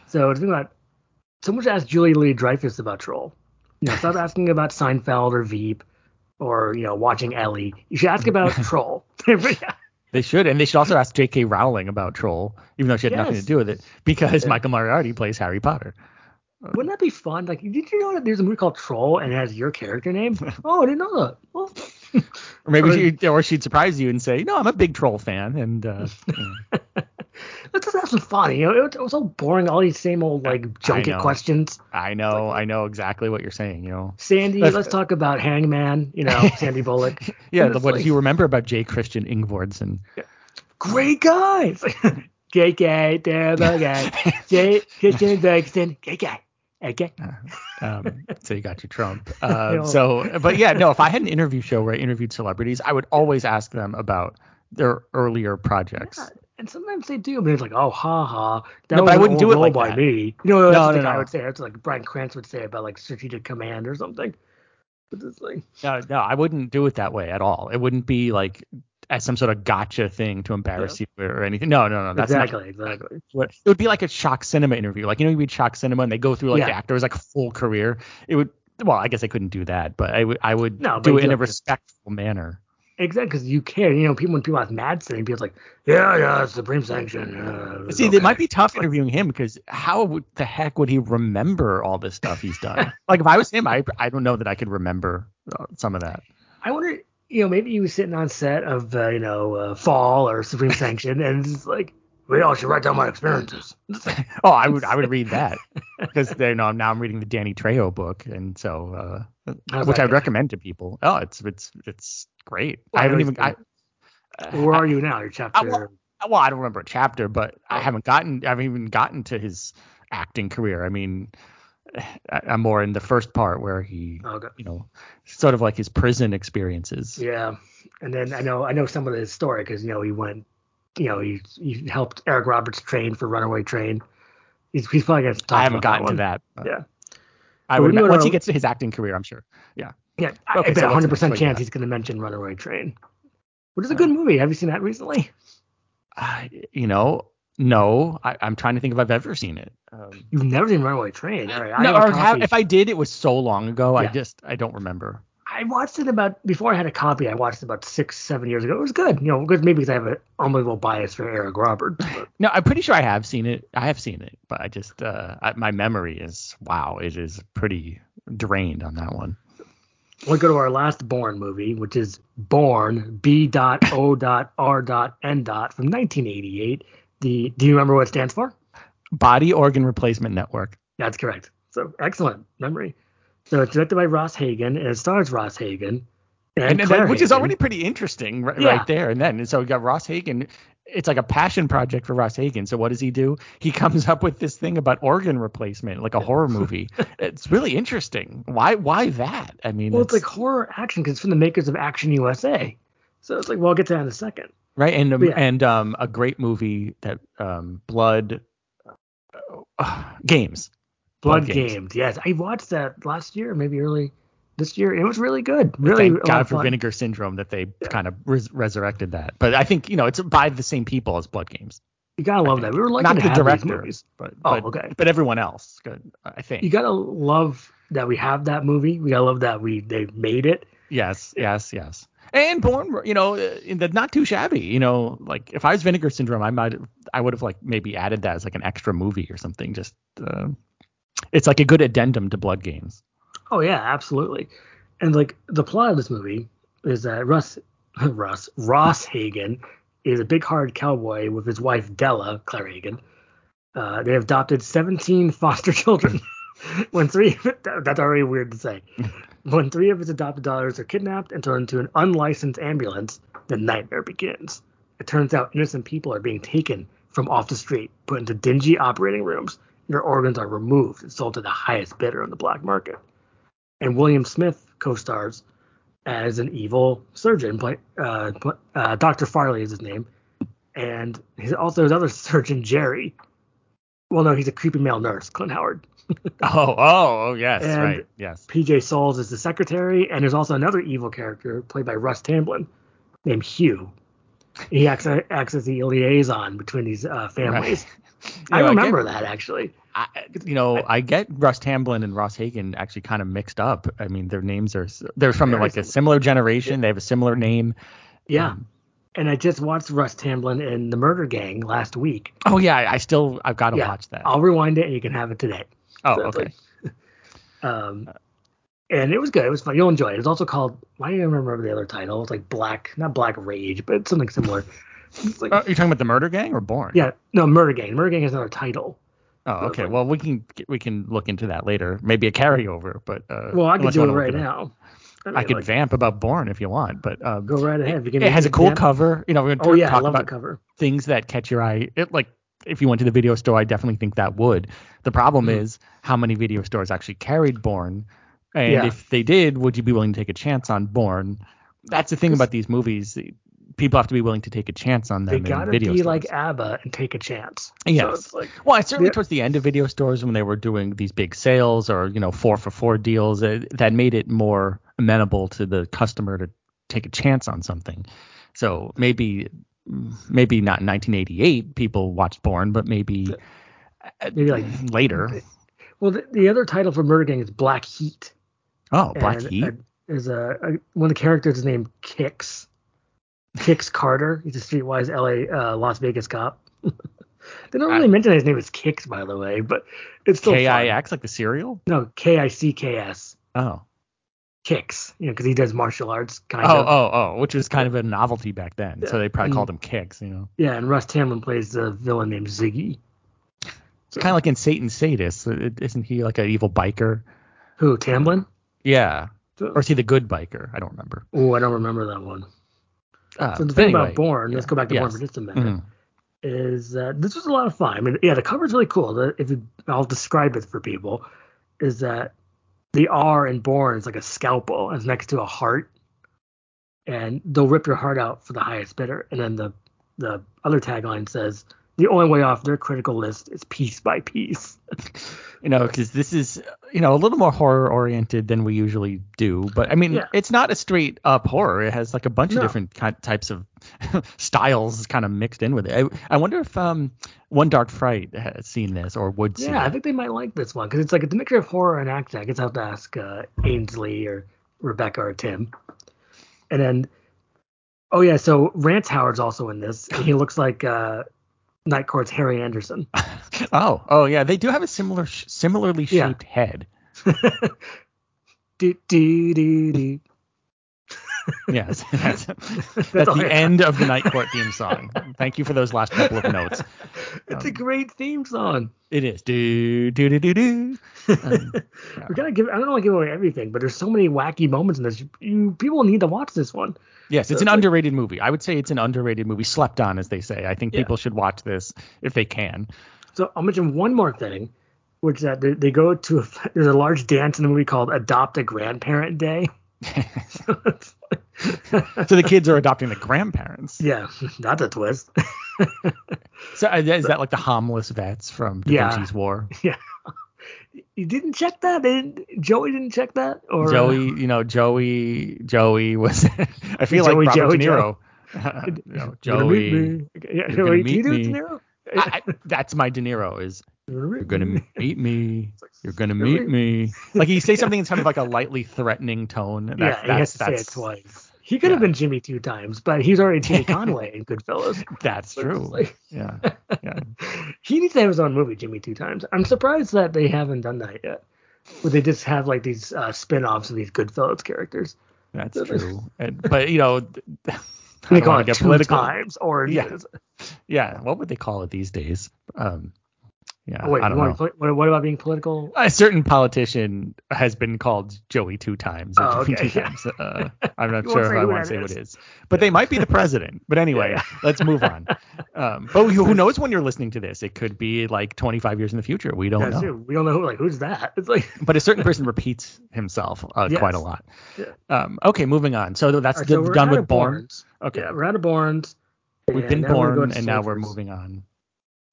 So the thing about someone should ask Julie Lee Dreyfus about Troll. You know, stop asking about Seinfeld or Veep or you know watching Ellie. You should ask about Troll. yeah. They should, and they should also ask J.K. Rowling about Troll, even though she had nothing Yes. to do with it, because Yeah. Michael Moriarty plays Harry Potter. Wouldn't that be fun? Like, did you know that there's a movie called Troll and it has your character name? Oh, I didn't know that. Well, Or maybe, Or- she, or she'd surprise you and say, "No, I'm a big Troll fan," and uh, let's just have some fun. You know, it, was so boring. All these same old like junket know. questions. I know, I know exactly what you're saying. You know, Sandy, That's- let's talk about Hangman. You know, Sandy Bullock. yeah. And the- it's What like- do you remember about J. Christian Ingvordsen? great guys. JK, terrible guy. J. Christian Bergson, great guy. Okay. Um, so you got your Trump. know. Uh, so, but yeah, no. If I had an interview show where I interviewed celebrities, I would always ask them about their earlier projects. Yeah, And sometimes they do, but it's like, oh, ha ha. That No, but was I an wouldn't old do it like role by that. me. You know, that's No, what the no, guy no. would say. That's like Brian Krantz would say about like strategic command or something. But it's like, No, no, I wouldn't do it that way at all. It wouldn't be like as some sort of gotcha thing to embarrass you or anything. No, no, no. That's not exactly, exactly. what it would be like a shock cinema interview. Like you know, you read shock cinema and they go through like the Yeah. actor's like full career. It would. Well, I guess I couldn't do that, but I would. I would No, but do you it in do a it. respectful manner. Exactly, because you care. You know, people when people ask Mad City, people's like, yeah, yeah, Supreme Sanction. Uh, it's See, okay." it might be tough interviewing him because how would, the heck would he remember all this stuff he's done? like if I was him, I I don't know that I could remember uh, some of that. I wonder, you know, maybe he was sitting on set of, uh, you know, uh, Fall or Supreme Sanction, and it's just like, we all should write down my experiences. It's like, Oh, I would I would read that because you know now I'm reading the Danny Trejo book and so uh, how's which that I would go? recommend to people. Oh, it's it's it's great. I Well, I haven't know even. I, he's Where are you now? Your chapter. well, well, I don't remember a chapter, but Oh. I haven't gotten, I haven't even gotten to his acting career. I mean, I, I'm more in the first part where he, okay. you know, sort of like his prison experiences. Yeah, and then I know I know some of his story because you know he went, you know he he helped Eric Roberts train for Runaway Train. He's, he's probably gonna talk. I haven't about gotten one. to that. but Yeah. I But would, we ima- were- once he gets to his acting career, I'm sure. Yeah, I- Okay, I bet so a what's the hundred next percent one you chance got? he's gonna mention Runaway Train, which is a Uh, good movie. Have you seen that recently? I, Uh, you know, no, I, I'm trying to think if I've ever seen it. Um, You've never seen Runaway Train. All right, I no, have a or have, copy. if I did, it was so long ago. I Yeah. just, I don't remember. I watched it about before I had a copy. I watched it about six, seven years ago. It was good. You know, good maybe because I have an unbelievable bias for Eric Roberts. but- No, I'm pretty sure I have seen it. I have seen it, but I just uh, I, my memory is wow, it is pretty drained on that one. We'll go to our last Born movie, which is Born B.O.R.N. from 1988. The Do you remember what it stands for? Body organ replacement network. That's correct. So excellent memory. So it's directed by Ross Hagen and it stars Ross Hagen and, And, and Claire that, which is Hagen. already pretty interesting right, Yeah. right there and then. And so we got Ross Hagen. It's like a passion project for Ross Hagen. So what does he do? He comes up with this thing about organ replacement, like a horror movie. it's really interesting. Why why that? I mean, well, it's like it's- horror action because it's from the makers of Action USA. So it's like, well, I'll get to that in a second. right and um, Yeah. and um a great movie that um Blood uh, Games. Blood, Blood Games. Games. Yes, I watched that last year, maybe early this year. It was really good. Really, Thank a lot God of for fun. Vinegar Syndrome that they kind of res- resurrected that. But I think you know it's by the same people as Blood Games. You gotta love think. that. We were lucky Not to the have these director, movies. But Oh, but, okay. but everyone else, good, I think. You gotta love that we have that movie. We gotta love that we they made it. Yes, yes, yes. And born, you know, uh, in the not too shabby. You know, like if I was Vinegar Syndrome, I might, I would have like maybe added that as like an extra movie or something. Just, uh, it's like a good addendum to Blood Games. Oh yeah, absolutely. And like the plot of this movie is that Russ Russ Ross Hagen is a big hard cowboy with his wife Della Claire Hagen. Uh, they have adopted 17 foster children. when three of it, that- that's already weird to say. When three of his adopted daughters are kidnapped and thrown into an unlicensed ambulance, the nightmare begins. It turns out innocent people are being taken from off the street, put into dingy operating rooms, and their organs are removed and sold to the highest bidder on the black market and William Smith co-stars as an evil surgeon. Play, uh, pl- uh, Dr. Farley is his name, and he's also his other surgeon Jerry. Well, no, he's a creepy male nurse, Clint Howard. Oh, oh, oh, yes, And- right, yes. PJ Souls is the secretary, and there's also another evil character played by Russ Tamblyn named Hugh. He acts, acts as the liaison between these uh, families. I You know, remember get- that actually. I, you know, I get Russ Tamblyn and Ross Hagen actually kind of mixed up. I mean, their names are s- they're from Very like a similar generation. They have a similar name. Yeah. and I just watched Russ Tamblyn in The Murder Gang last week. Oh yeah, I, I still I've got to Yeah, watch that. I'll rewind it, and you can have it today. oh, so it's okay. like- Uh, Um, and it was good. It was fun. You'll enjoy it. It's also called. Why do I remember the other title? It's like Black, not Black Rage, but it's something similar. It's like, Uh, you're talking about the Murder Gang or Born? yeah, no, Murder Gang. Murder Gang is another title. Oh, So, okay. like- Well, we can we can look into that later. Maybe a carryover, but uh, Well, I could unless you do it wanna right look up. now. I could like, vamp about Born if you want, but um, go right ahead. We can it make has a cool damn- cover. You know, we're gonna Oh yeah, I talk love the about cover. things that catch your eye. It like if you went to the video store, I definitely think that would. The problem Mhm. is how many video stores actually carried Born, and Yeah. if they did, would you be willing to take a chance on Born? That's the thing 'Cause- about these movies. People have to be willing to take a chance on them. They in gotta be video stores. like ABBA and take a chance. So Yes. it's like, well, and certainly Yeah. towards the end of video stores when they were doing these big sales or you know four for four deals, uh, that made it more amenable to the customer to take a chance on something. So maybe maybe not in 1988 people watched Born, but maybe uh, Maybe like- later. well, the, the other title for Murder Gang is Black Heat. Oh, Black and, uh, Heat. is a, a one of the characters is named Kix. Kix Carter. He's a streetwise LA uh, Las Vegas cop. they don't I- really mention his name is Kix, by the way, but it's still fun. K-I-X like the cereal. No, K I C K S. Oh. Kix. You know, because he does martial arts kind Oh, of. oh, oh, which was kind of a novelty back then. So they probably Yeah. Mm. called them kicks, you know. Yeah, and Russ Tamlin plays the villain named Ziggy, It's kind of like in Satan Sadist. Isn't he like an evil biker? who Tamlin. Yeah. So- Or is he the good biker? I don't remember. Oh, I don't remember that one. Uh, So the but thing anyway, about Born, let's yeah, go back to Born yes. for just a minute. mhm. is that this was a lot of fun. I mean, yeah, the cover's really cool. The, if you, I'll describe it for people, is that the R in Born is like a scalpel, and it's next to a heart, and they'll rip your heart out for the highest bidder. And then the the other tagline says, "The only way off their critical list is piece by piece." you know, because this is you know a little more horror oriented than we usually do. But I mean, Yeah. it's not a straight up horror. It has like a bunch No. of different ki- types of styles kind of mixed in with it. I, I wonder if um One Dark Fright has seen this or would see. Yeah, I it. think they might like this one because it's like it's a mixture of horror and action. I guess I will have to ask uh, Ainsley or Rebecca or Tim. And then, oh yeah, so Rance Howard's also in this. and he looks like uh, Night Court's Harry Anderson. Oh, oh yeah, they do have a similar sh- similarly Yeah. shaped head. do do do do. Yes, that's, that's, all I the got. end of the Night Court theme song. Thank you for those last couple of notes. It's a Um, great theme song. It is do do do do do. Um, We gotta give. I don't want to give away everything, but there's so many wacky moments in this. You people need to watch this one. Yes, it's an So it's like- underrated movie. I would say it's an underrated movie, slept on, as they say. I think Yeah. people should watch this if they can. So I'll mention one more thing, which is that they, they go to a, there's a large dance in the movie called Adopt a Grandparent Day. So it's like- So the kids are adopting the grandparents. yeah, that's a twist. So uh, is that like the harmless vets from Da Yeah. Vinci's War? You didn't check that? They didn't, Joey didn't check that? Or uh, Joey, you know, Joey, Joey was. I feel Joey, like Joey, Robert De Niro. You know, "You're gonna Joey. meet me." Okay, Yeah, you're gonna wait, can meet you do it, me. De Niro? I, I, that's my De Niro is. You're You're gonna meet me. like, You're gonna "You're meet right." me. Like you say something in kind of like a lightly threatening tone. and That's, yeah, he that's, has to say that's, it twice. He could have been Jimmy two times, but he's already Jimmy Conway in Goodfellas. that's So it's true. like- yeah, yeah. he needs to have his own movie, Jimmy Two Times. I'm surprised that they haven't done that yet. Where they just have like these uh, spin-offs of these Goodfellas characters. That's true. And, but you know, I They don't call wanna it get Two Times or Yeah. yes. Yeah, what would they call it these days? Um, yeah, Oh, wait, I you don't wanna know. poli- what, what about being political? A certain politician has been called Joey two times. or Oh, Jimmy okay, two yeah. times. Uh, I'm not You sure won't if say I who want that to say what is. it is, but they might be the president. But anyway, yeah. let's move on. Um, but who who knows when you're listening to this? It could be like 25 years in the future. We don't That's know. it. We don't know who like who's that. It's like but a certain person repeats himself uh, Yes. quite a lot. Yeah. Um, okay, moving on. So th- that's All right, the, so we're done out with of Born. Bournes. Okay, Yeah, we're out of Bournes. we've and been now we're gonna go Born, to and now we're Soldiers. moving on.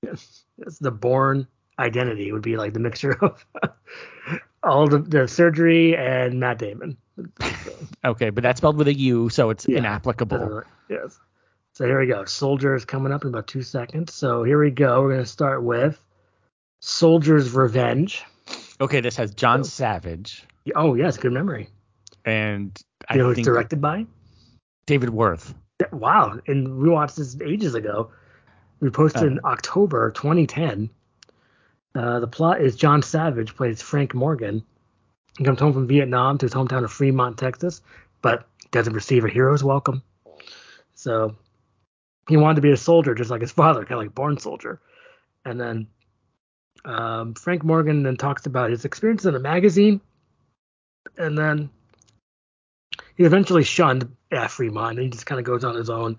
That's the Born identity would be like the mixture of all the, the surgery and Matt Damon. Okay, but that's spelled with a U, so it's Yeah. Uh-huh. inapplicable. Doesn't really- Yes. So here we go. Soldier is coming up in about two seconds. So here we go. We're gonna start with Soldier's Revenge. Okay, this has John Savage Oh yes, good memory. and You know who I it's think directed by? David Worth. Yeah, Wow. And we watched this ages ago. We posted in October 2010. Uh, the plot is John Savage plays Frank Morgan. He comes home from Vietnam to his hometown of Fremont, Texas, but doesn't receive a hero's welcome. So he wanted to be a soldier just like his father, kind of like born soldier. And then um, Frank Morgan then talks about his experience in a magazine. And then he's eventually shunned at Fremont, and he just kind of goes on his own.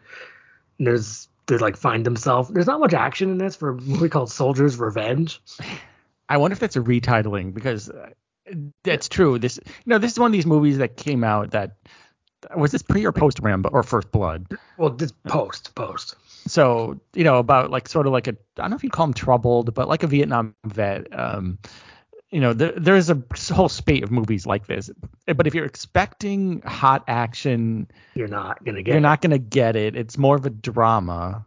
And there's to like find himself. There's not much action in this for a movie called Soldier's Revenge. I wonder if that's a retitling because uh, that's true. This you know this is one of these movies that came out that was this pre or post Rambo or First Blood. Well, this post post. so you know about like sort of like a i don't know if you'd call him troubled but like a vietnam vet um you know there, there's a whole spate of movies like this but if you're expecting hot action You're not gonna get. you're not going to get it it's more of a drama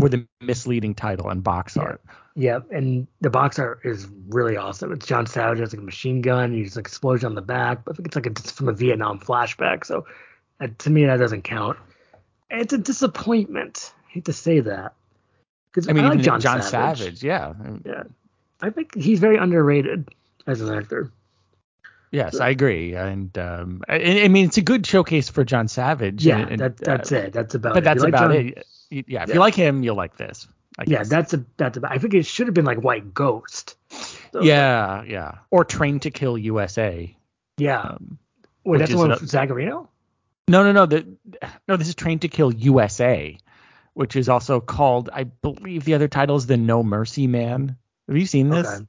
with a misleading title and box Yeah. art Yep. And the box art is really awesome. It's John Savage has like a machine gun. He's like explosion on the back. But I think it's like a, it's from a Vietnam flashback. So uh, to me, that doesn't count. It's a disappointment. I hate to say that. Because i mean like even John, john, savage. yeah Yeah. I think he's very underrated as an actor. yes i agree and um I, I mean it's a good showcase for john savage Yeah, and- and, that, that's uh, it. That's about but it. If you that's like about John- it Y- yeah if Yeah. you like him you'll like this I Yeah, guess. that's a that's about. I think it should have been like White Ghost. So- Yeah, yeah. Or Train to Kill USA. yeah. Um, Wait, which that's the is one an- with Zagarino. no, no, no. The, no, this is Train to Kill USA, which is also called, I believe, the other title is the No Mercy Man. Have you seen this? Okay.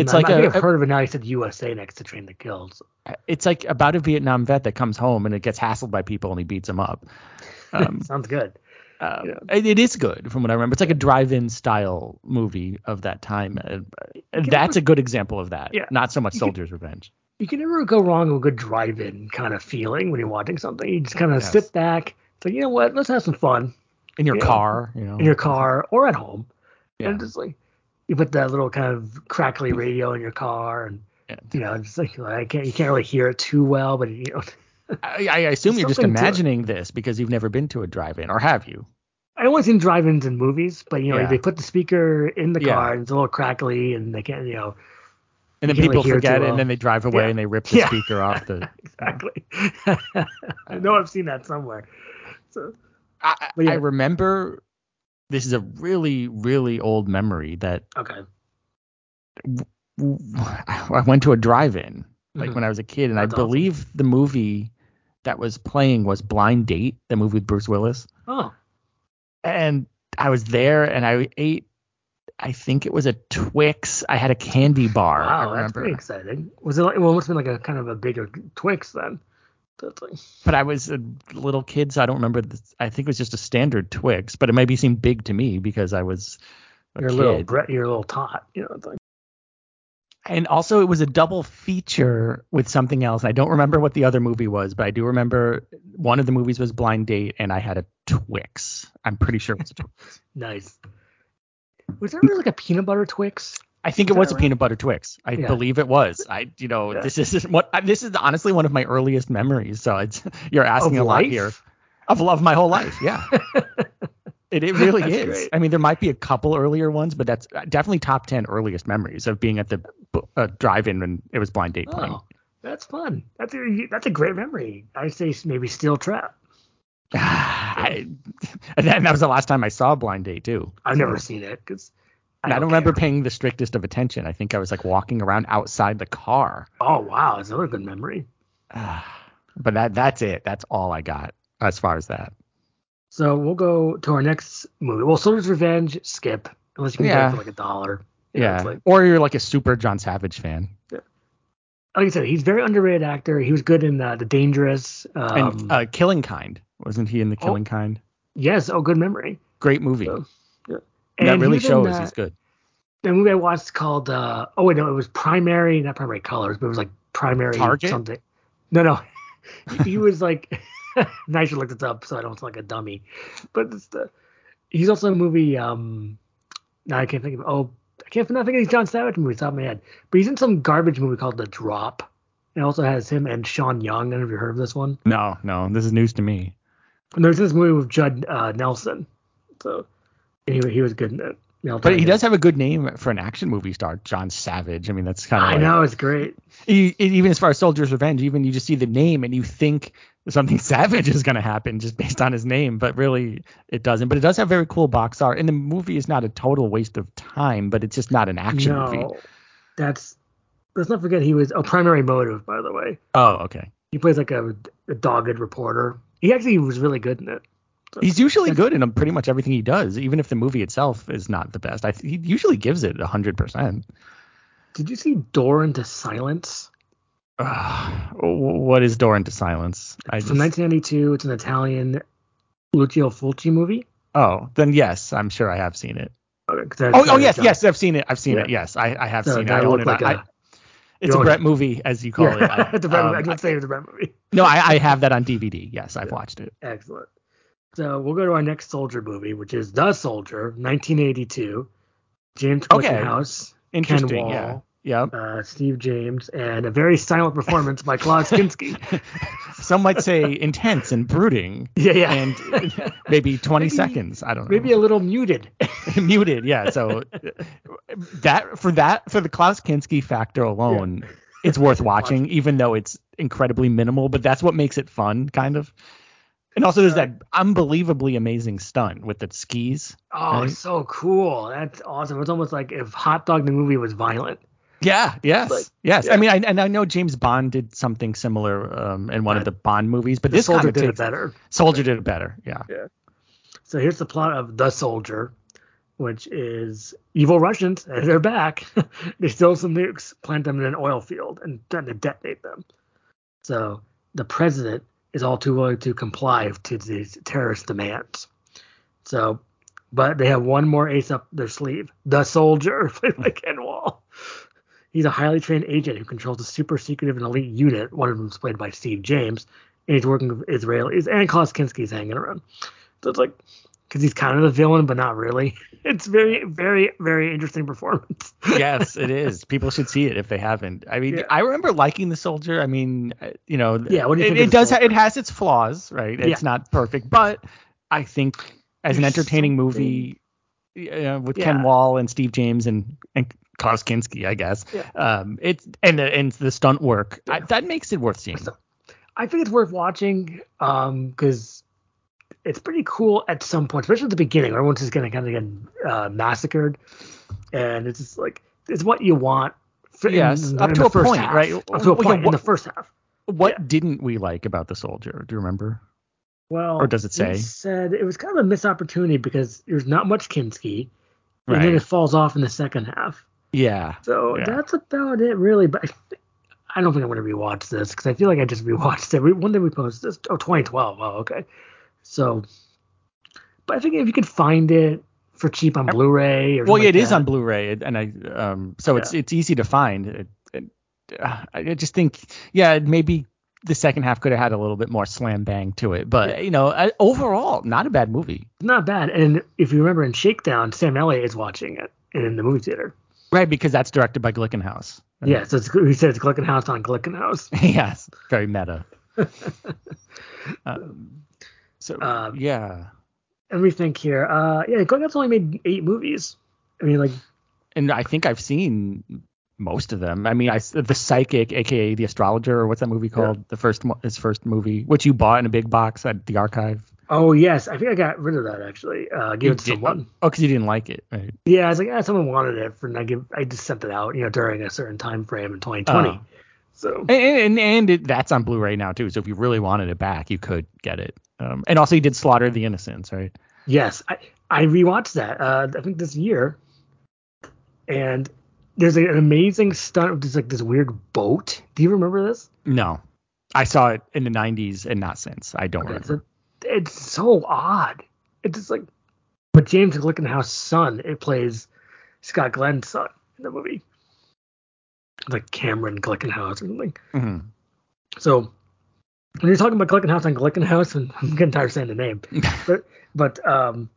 It's Mm, I, like I think a- I've heard of it now. He said USA next to Train the Kills. It's like about a Vietnam vet that comes home and it gets hassled by people and he beats them up. Um, Sounds good. um, Yeah. it- it is good from what I remember. It's like a drive-in style movie of that time. Uh, can that's a good example of that. Yeah. Not so much You can- Soldier's Revenge. You can never go wrong with a good drive-in kind of feeling when you're watching something. You just kind of Yes. sit back. It's like you know what? Let's have some fun In your Yeah. car, you know. in your car or at home. Mm-hmm. Yeah. And just like you put that little kind of crackly radio in your car, and Yeah. you know, just like I can't you can't really hear it too well, but you know. I, I assume There's you're just something to it. imagining this because you've never been to a drive-in, or have you? I only seen drive-ins in movies, but you know Yeah. they put the speaker in the Yeah. car and it's a little crackly, and they can't you know And then You can't people really hear it forget too it, well. and then they drive away Yeah. and they rip the Yeah. speaker off the. exactly. I know I've seen that somewhere. So I, But yeah. I remember. This is a really, really old memory that okay, I went to a drive-in like Mhm. when I was a kid, and That's I awesome. believe the movie that was playing was Blind Date, the movie with Bruce Willis. oh and I was there and I ate I think it was a Twix. I had a candy bar. I wow, that's remember. pretty exciting. Was it like well, it must have been like a kind of a bigger Twix then. That's like, But I was a little kid, so I don't remember. This. I think it was just a standard Twix, but it maybe seemed big to me because I was a you're a kid. little bre- you're a little tot, you know. It's like, and also it was a double feature with something else. I don't remember what the other movie was, but I do remember one of the movies was Blind Date, and I had a Twix. I'm pretty sure it was a Twix. Nice. Was there Hmm. really like a peanut butter Twix? I think Is it was a that right? peanut butter Twix. I Yeah. believe it was. I, you know, Yeah. this is what I- this is honestly one of my earliest memories. So it's you're asking a lot life? here. I've loved my whole life. Yeah. It, it really That's is. great. I mean, there might be a couple earlier ones, but that's uh, definitely top ten earliest memories of being at the bu- uh, drive-in when it was blind date playing. Oh, that's fun. That's a that's a great memory. I say maybe Steel Trap. I, and that, that was the last time I saw Blind Date too. I've never seen it because Hmm. I don't, remember paying the strictest of attention. I think I was like walking around outside the car. Oh wow, it's another good memory. but that that's it. That's all I got as far as that. So we'll go to our next movie. Well, Soldier's Revenge. Skip unless you can get Yeah. it for like a dollar. You know, Yeah. it's like, or you're like a super John Savage fan. like I said, he's a very underrated actor. He was good in uh, The Dangerous. Um, and uh, Killing Kind. Wasn't he in the Oh. Killing Kind? yes, oh, good memory. Great movie. Oh, that he really was in, shows uh, he's good. the movie I watched called uh, oh wait no it was primary not primary colors but it was like primary Target? something no no He- he was like now I should look this up so I don't sound like a dummy but it's the, he's also in a movie um now I can't think of oh I can't not think of these John Savage movies off the top of my head but he's in some garbage movie called The Drop and it also has him and Sean Young I don't know if you heard of this one No, no, this is news to me. and there's this movie with Judd uh, Nelson so anyway he was good in it Yeah, I'll But try he again. does have a good name for an action movie star, John Savage. I mean, that's kind of I like, know it's great e- e- even as far as Soldier's Revenge, even you just see the name and you think something savage is going to happen just based on his name, but really it doesn't. But it does have very cool box art, and the movie is not a total waste of time, but it's just not an action movie. That's let's not forget he was a primary motive, by the way. Oh, okay. He plays like a, a dogged reporter. He actually was really good in it. He's usually good in um, pretty much everything he does, even if the movie itself is not the best. I th- he usually gives it hundred percent. Did you see Door into Silence? What is Door into Silence? I It's just, from 1992. It's an Italian Lucio Fulci movie. oh, then yes, I'm sure I have seen it. Okay, 'cause that's Oh, oh another yes, genre. yes, I've seen it. I've seen Yeah. it. Yes, I, I have So seen it. that I own looked it. like I- a- it's you a own Brett movie, as you call it. Yeah, I, the Brett um, movie. I can say it uh, was the Brett movie. no, I, I have that on DVD. Yes, I've Yeah. watched it. Excellent. So we'll go to our next soldier movie, which is The Soldier, 1982. James Okay. House, Ken Interesting. Wall, Yeah. Yeah. uh, Steve James, and a very silent performance by Klaus Kinski. Some might say intense and brooding, yeah, yeah. and maybe 20 Maybe- seconds. I don't know. maybe a little muted. muted. Yeah. So that for that for the Klaus Kinski factor alone, it's worth watching, even though it's incredibly minimal. But that's what makes it fun, kind of. And also, there's that unbelievably amazing stunt with the skis. Oh, Right. so cool. That's awesome. It's almost like if Hot Dog the movie was violent. Yeah. Yes. Like, yes. yeah. I mean, I, and I know James Bond did something similar um, in one Right. of the Bond movies, but The this soldier kind of did takes, it better. Soldier did it better. Yeah. So here's the plot of The Soldier, which is evil Russians, and they're back. they steal some nukes, plant them in an oil field, and then to detonate them. So the president is all too willing to comply to these terrorist demands. So, but they have one more ace up their sleeve The Soldier, played by Ken Wall. He's a highly trained agent who controls a super secretive and elite unit. One of them is played by Steve James, and he's working with Israelis, and Klaus Kinski's hanging around. So it's like, because he's kind of the villain, but not really. It's very, very, very interesting performance. yes, it is. People should see it if they haven't. I mean, Yeah. I remember liking the soldier. I mean, uh, you know, th- Yeah, what do you it, think of it The does. Ha- it Soldier? has its flaws, right? It's Yeah. not perfect, but I think as an There's entertaining something- movie uh, with Ken Yeah. Wall and Steve James and and Klaus Kinski, I guess. Yeah. Um, it's and the, and the stunt work I, Yeah. that makes it worth seeing. I think it's worth watching because it's pretty cool at some point, especially at the beginning. where Everyone's just gonna kind of get uh, massacred, and it's just like it's what you want. For, Yes, up to the a first point, half. right? Up to a Well, yeah, point in what- the first half. What didn't we like about the soldier? Do you remember? Well, Or does it say? he said it was kind of a missed opportunity because there's not much Kinski, and then Right. it falls off in the second half. Yeah. So Yeah. that's about it, really. But I, th- I don't think I'm going to rewatch this because I feel like I just rewatched it. We, when did we post this? Oh, 2012. Oh, okay. So, but I think if you could find it, for cheap on Blu-ray. Or Well, something yeah, it like is that. on Blu-ray, and I um, so it's Yeah. it's easy to find. It, it, uh, I just think, yeah, maybe the second half could have had a little bit more slam bang to it, but you know, I, overall, not a bad movie. Not bad. And if you remember in Shakedown, Sam Elliott is watching it in the movie theater. Right, because that's directed by Glickenhaus. Yeah, so it's, he said it's Glickenhaus on Glickenhaus. yes, very meta. um, so Um, yeah, Let me think here. Uh, yeah, Glickenhaus only made eight movies. I mean, like, and I think I've seen most of them. I mean, I the psychic, aka the astrologer, or what's that movie called? The first mo- his first movie, which you bought in a big box at the archive. oh yes, I think I got rid of that actually. Uh, gave You it to did- someone. Oh, because you didn't like it, right? Yeah, I was like, ah, someone wanted it, for, and I give, I just sent it out, you know, during a certain time frame in 2020. Oh. So And and, and it, that's on Blu-ray now too. So if you really wanted it back, you could get it. Um, and also, you did Slaughter of the Innocents, right? yes, I I rewatched that. Uh, I think this year, and there's a- an amazing stunt of just like this weird boat. Do you remember this? No, I saw it in the '90s and not since. I don't Okay, remember. so it's so odd. It's just like, but James Glickenhaus' son, it plays Scott Glenn's son in the movie, like Cameron Glickenhaus or something. Mhm. So when you're talking about Glickenhaus and Glickenhaus, and I'm getting tired of saying the name, but but um,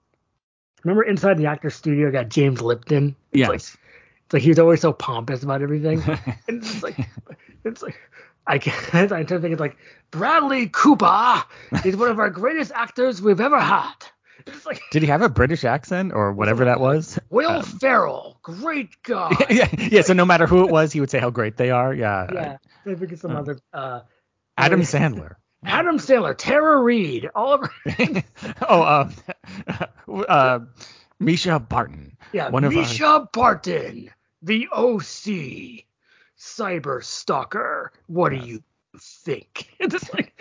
remember inside the actor's studio, I got James Lipton. It's like, yes. it's like he was always so pompous about everything. And it's like, it's like, I can't, I'm trying to think, it's like, Bradley Cooper is one of our greatest actors we've ever had. It's like, Did he have a British accent or whatever that was? Will Um, Ferrell, great guy. yeah, yeah. So no matter who it was, he would say how great they are. Yeah. yeah, I think it's some Uh, other, uh, Adam Sandler. Adam Sandler, Tara Reid, Oliver, oh, uh, uh, Misha Barton. yeah, One of our- Misha Barton, the OC, cyber stalker. What Yeah. do you think? It's just like,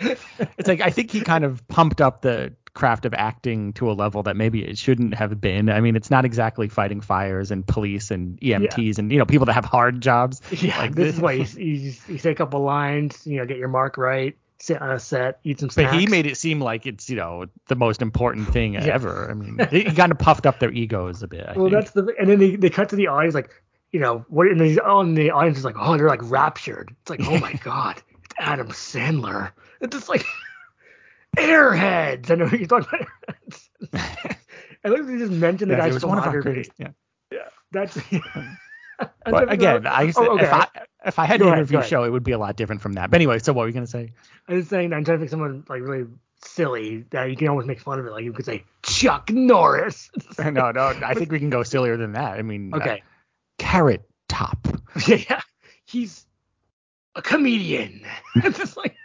It's like I think he kind of pumped up the craft of acting to a level that maybe it shouldn't have been. I mean, it's not exactly fighting fires and police and EMTs and you know people that have hard jobs. Yeah, Like this thi- is why you, you, just- you say a couple lines, you know, get your mark right, sit on a set, eat some But snacks. he made it seem like it's you know the most important thing Yeah. ever. I mean, he kind of puffed up their egos a bit. I Well, think. that's the and then they, they cut to the audience like, you know, what and the oh, and the audience is like, oh, they're like raptured. It's like, oh my god, it's Adam Sandler. It's just like Airheads. I know you're talking about Airheads. I looked they just mentioned the Yeah, it guys was from one of our Modern Day. greatest- yeah. That's But again, I said, Oh, okay. if I if I had an Go ahead, go interview ahead. show, it would be a lot different from that. But anyway, so what were you gonna say? I'm just saying, I'm trying to think someone like really silly that you can almost make fun of it. Like you could say Chuck Norris. no, no, I think we can go sillier than that. I mean, uh, okay. carrot top. yeah. He's a comedian. it's just like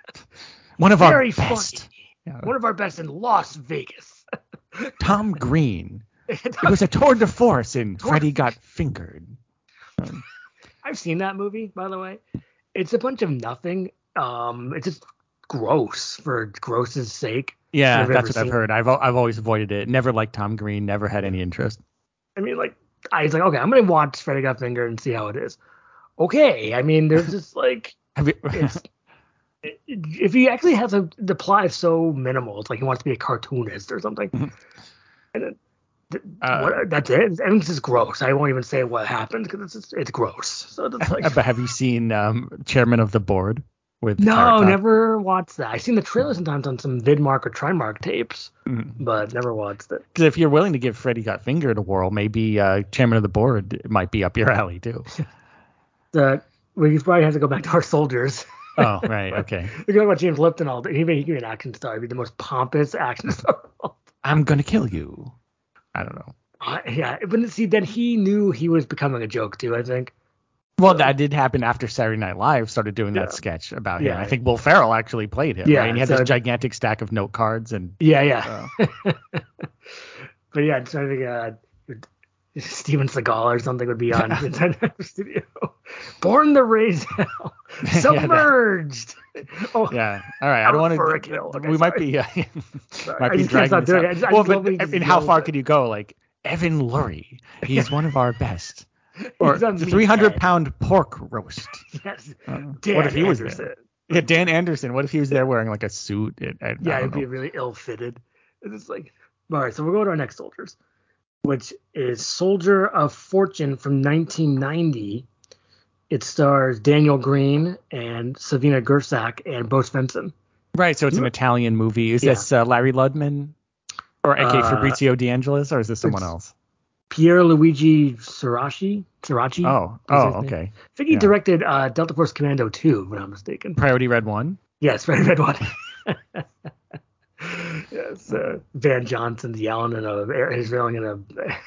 One of very our best. funny. Yeah. One of our best in Las Vegas. Tom Green. It was a tour de force in Tour- Freddy Got Fingered. I've seen that movie, by the way. It's a bunch of nothing. Um, it's just gross for gross's sake. Yeah, I've that's ever what seen I've it. heard. I've al- I've always avoided it. Never liked Tom Green. Never had any interest. I mean, like, I was like, okay, I'm gonna watch Freddy Got Fingered and see how it is. Okay, I mean, there's just like Have you? it's if he actually has a the plot is so minimal. It's like he wants to be a cartoonist or something. and then, th- Uh, what, that's it. And it's just gross. I won't even say what happened because it's just, it's gross. So it's like but have you seen um, Chairman of the Board with? Carrot no, Top? never watched that. I've seen the trailer sometimes on some VidMark or TriMark tapes, Mhm. but never watched it. 'Cause if you're willing to give Freddy Got Fingered a whirl, maybe uh, Chairman of the Board might be up your alley too. The we probably have to go back to our soldiers. oh, right. Okay. We're talking about James Lipton all day. He may he can be an action star. He'd be the most pompous action star. of all I'm gonna kill you. I don't know. Uh, yeah, but see, then he knew he was becoming a joke too. I think. Well, that did happen after Saturday Night Live started doing Yeah. that sketch about him. Yeah. I think Will Ferrell actually played him. Yeah, right? and he had so- this gigantic stack of note cards, and Yeah, yeah. uh, But yeah, I'm trying to think. Uh, Steven Seagal or something would be on the studio. Born to raise hell, that- submerged. Oh, yeah. All right, I Out don't want for a kill. Okay, we might sorry. be uh, Sorry, might I be just dragging can't stop this out. doing it. I just- I well, just but love when you I just mean, how yell far at could you go? Like Evan Lurie, he's one of our best. Or He's on the meathead. 300 pound pork roast. Yes, Uh, Dan what if he was there? Anderson. Yeah, Dan Anderson. What if he was there wearing like a suit? It, I, I Yeah, don't it'd be know. really ill-fitted. It's just like, all right, so we'll go to our next soldiers. which is Soldier of Fortune from 1990. It stars Daniel Green and Savina Gersak and Bo Svensson. Right, so it's an Italian movie. Is Hmm? Yeah. this uh, Larry Ludman or aka Uh, Fabrizio De Angelis, or is this someone it's- else? Pierre Luigi Sirachi. Sirachi. Oh, is oh, his name. okay. I think he yeah. directed uh, Delta Force Commando 2, if I'm not mistaken. Priority Red One. Yes, Red Red One. yes, uh, Van Johnson's yelling in a he's yelling in a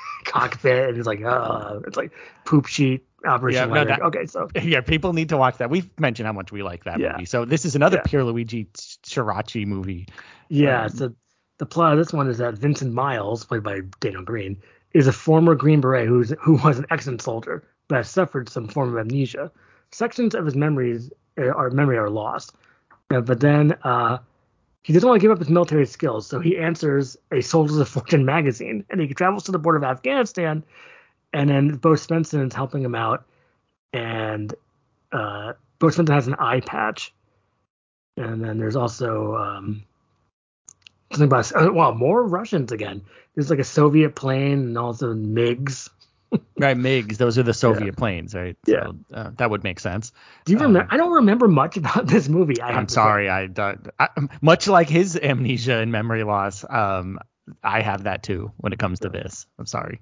cockpit, and he's like, uh, it's like poop sheet Yeah, operation. no, Leonard. that- okay, so yeah, people need to watch that. We've mentioned how much we like that Yeah. movie. So this is another Yeah. Pierluigi Chirachi movie. yeah, Um, so the plot of this one is that Vincent Miles, played by Daniel Green, is a former Green Beret who's who was an excellent soldier but has suffered some form of amnesia. Sections of his memories uh, are memory are lost, Uh, but then uh, he doesn't want to give up his military skills, so he answers a Soldiers of Fortune magazine, and he travels to the border of Afghanistan, and then Bo Spencer is helping him out, and uh, Bo Spencer has an eye patch, and then there's also um, something about oh, wow more Russians again. There's like a Soviet plane and also MiGs. Right, MiGs. Those are the Soviet planes, right? Yeah. So, uh, that would make sense. Do you remember? I don't remember much about this movie. I have Um, I'm to say. sorry. I, don't- I much like his amnesia and memory loss. Um, I have that too when it comes to this. I'm sorry.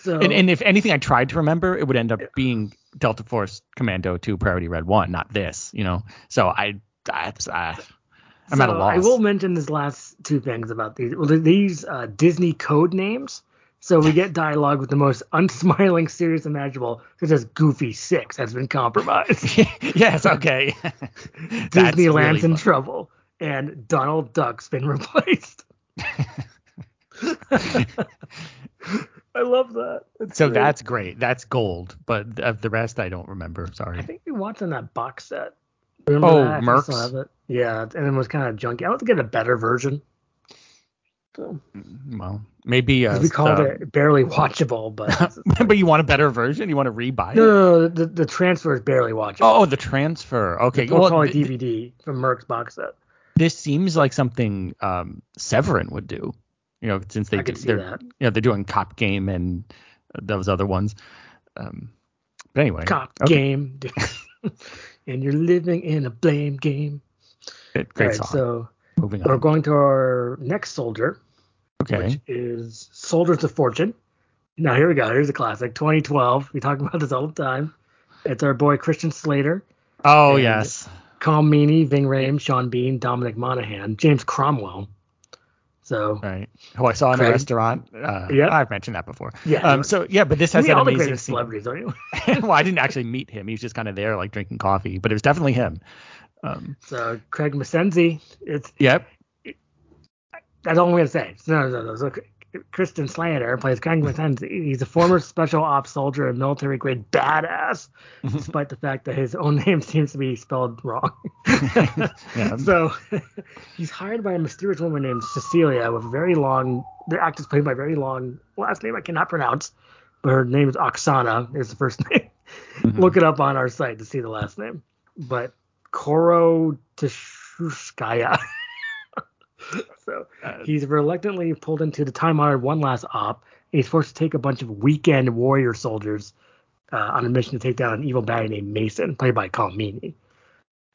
So, And, and if anything, I tried to remember, it would end up Oh. Yeah. being Delta Force Commando 2 Priority Red 1, not this, you know? So I, I, I I'm at a So I loss. will mention these last two things about these. Well, th- these uh, Disney code names. So we get dialogue with the most unsmiling series imaginable, such as Goofy Six has been compromised. yes, okay. That's really Disneyland's in fun. trouble, and Donald Duck's been replaced. I love that. It's So great. that's great. That's gold. But of the rest, I don't remember. I Sorry. think we watched on that box set. Remember Oh, that? I think I still Mercs? have it. Yeah, and it was kind of junky. I would get a better version. So. Well, maybe. Uh, we called uh, it barely watchable, but but you want a better version? You want to rebuy it? no, no, no, the, the transfer is barely watchable. Oh, the transfer. Okay. we'll well, call it th- DVD from Merck's box set. this seems like something um, Severin would do. You know, since they I do, can see they're that. you know they're doing Cop Game and those other ones. Um, but anyway, Cop okay, game, and you're living in a blame game. good- All great right, song. so Moving we're on. going to our next soldier, Okay. which is Soldiers of Fortune. Now here we go. Here's a classic, 2012. We talk about this all the time. It's our boy Christian Slater, Oh and- yes. Colm Meaney, Ving Rhames, Sean Bean, Dominic Monaghan, James Cromwell. So Right. Who I saw in a Craig. restaurant. Uh, Yeah. I've mentioned that before. yeah, Um, so yeah, but this You has meet that all the amazing greatest scene. celebrities, don't you? well, I didn't actually meet him. He was just kind of there, like drinking coffee. But it was definitely him. Um, So Craig Masenzi, it's yep. that's all I'm gonna say. No, no, no. So Kristen Slater plays Craig Masenzi. He's a former special ops soldier and military grade badass, Mm-hmm. despite the fact that his own name seems to be spelled wrong. Yeah. So he's hired by a mysterious woman named Cecilia with a very long. The actress played by a very long last name I cannot pronounce, but her name is Oksana. Is the first name. Look it up on our site to see the last name. But Koro Tishuskaya. so Uh, he's reluctantly pulled into the time-honored one last op. and He's forced to take a bunch of weekend warrior soldiers uh, on a mission to take down an evil baddie named Mason, played by Colm Meaney.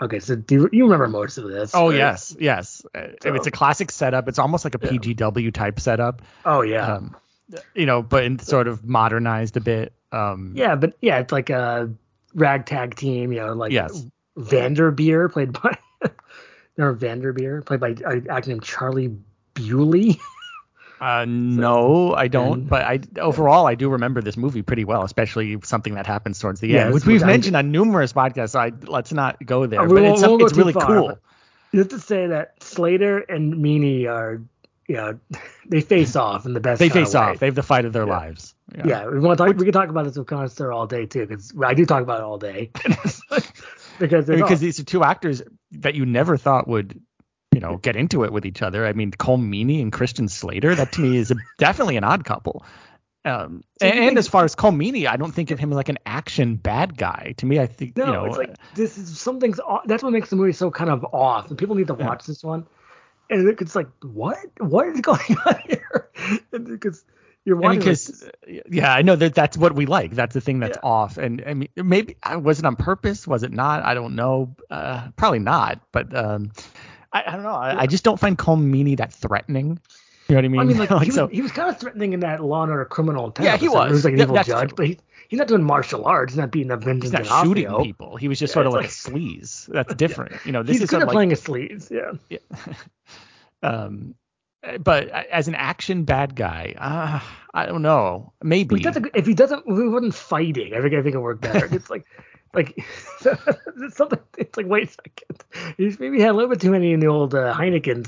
Okay, so do you remember most of this? Oh right? yes, yes. Uh, It's So- a classic setup. It's almost like a Yeah. PGW type setup. Oh yeah. Um, you know, but in sort of modernized a bit. Um, yeah, but yeah, it's like a ragtag team, you know, like Yes. Vanderbeer played by or Vanderbeer played by an actor named Charlie Bewley. Uh, no, I don't. and- but I overall, I do remember this movie pretty well, especially something that happens towards the Yes, end, which which we've I- mentioned on numerous podcasts. So I, let's not go there. we but won't- it's, some- won't go it's too really far, cool. You have to say that Slater and Meany are, you know, they face off in the best. They kinda face way. off. They have the fight of their Yeah. lives. Yeah, we want to talk. We can talk about this with Connoisseur all day too, because I do talk about it all day. because it's because all- these are two actors that you never thought would you know get into it with each other i mean colm meaney and christian slater that to me is a, definitely an odd couple um So you and, think- as far as colm meaney i don't think of him like an action bad guy to me i think no, you know uh, it's like this is something's. Off. That's what makes the movie so kind of off, and people need to Yeah. watch this one. And it's like, what? What is going on here? Because You're I mean, wondering. because yeah, I know that that's what we like. That's the thing that's Yeah. off. And I mean, maybe uh, was it on purpose? Was it not? I don't know. Uh, probably not. But um, I, I don't know. I, I just don't find Colmini that threatening. You know what I mean? I mean, like, he, was, so, he was kind of threatening in that Law and Order criminal intent. Yeah, he episode. He was. was like an Th- evil that's judge, true. but he, he's not doing martial arts. He's not beating up Vincent he's not D'Onofrio. shooting people. He was just Yeah, sort of it's like, like- a sleaze. That's different. You know, this he's is sort good at of like playing a sleaze. Yeah. Yeah. um, but uh, as an action bad guy, uh, I don't know. Maybe. But that's a good- if he doesn't, if he wasn't fighting, I think I think it worked better. It's like, like it's something. It's like wait a second, he's maybe had a little bit too many in the old uh, Heinekens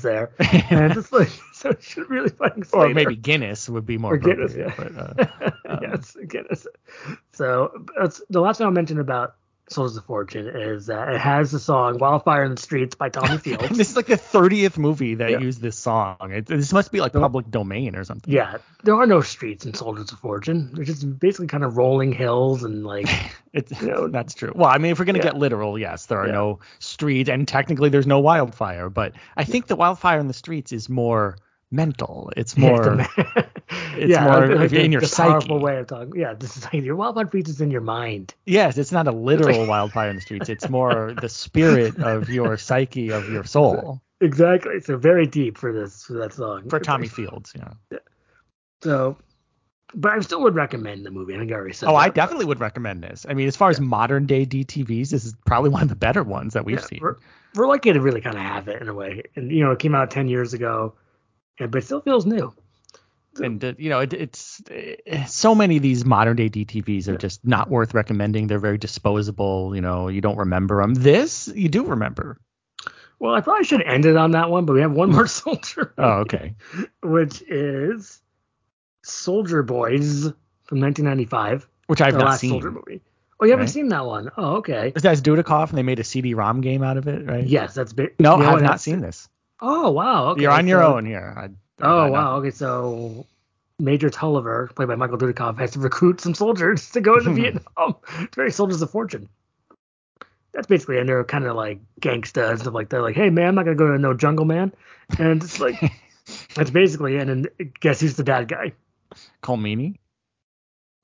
there, and it's like so it should really fucking. or Slater. maybe Guinness would be more Or Guinness, appropriate. But, uh, Um, yes, Guinness. So that's, the last thing I'll mention about Souls of Fortune is that it has the song "Wildfire in the Streets" by Tommy Fields. this is like the 30th movie that Yeah. used this song. It, this must be like Nope. public domain or something. yeah, there are no streets in Soldiers of Fortune. They're just basically kind of rolling hills and like It's, No. that's true. Well, I mean, if we're going to Yeah. get literal, yes, there are Yeah. no streets, and technically there's no wildfire, but I think the wildfire in the streets is more mental. It's more. it's more like- like in the- your the powerful psyche. way of talking. Yeah, this is like your wildfire streets is in your mind. yes, it's not a literal wildfire in the streets. It's more the spirit of your psyche, of your soul. Exactly. So very deep for this for that song For Tommy Fields, you know. So, but I still would recommend the movie. I think I already said. Oh, I that. definitely would recommend this. I mean, as far as modern day DTVs, this is probably one of the better ones that we've Yeah, seen. We're, we're lucky to really kind of have it in a way. And, you know, it came out 10 years ago, and, but it still feels new. and uh, you know it, it's eh, so many of these modern day DTVs are just not worth recommending. They're very disposable. You know, you don't remember them. This you do remember. Well, I probably should have ended on that one, but we have one more soldier, Oh, okay. which is Soldier Boys from 1995, Which I've the not last seen. soldier movie. Oh, you haven't Right. seen that one? Oh, okay. Is that Dudikoff and they made a CD-ROM game out of it, right? Yes, that's big. No, you know I've what, not that's- seen this. Oh, wow. Okay, You're on your so- own here. I, Oh, I- wow. Okay, so Major Tulliver, played by Michael Dudikoff, has to recruit some soldiers to go into Vietnam. It's very Soldiers of Fortune. That's basically, and they're kind of like gangsta and stuff like that. Like, hey, man, I'm not going to go to no jungle, man. And it's like, that's basically, it. and then guess who's the bad guy? Colmini.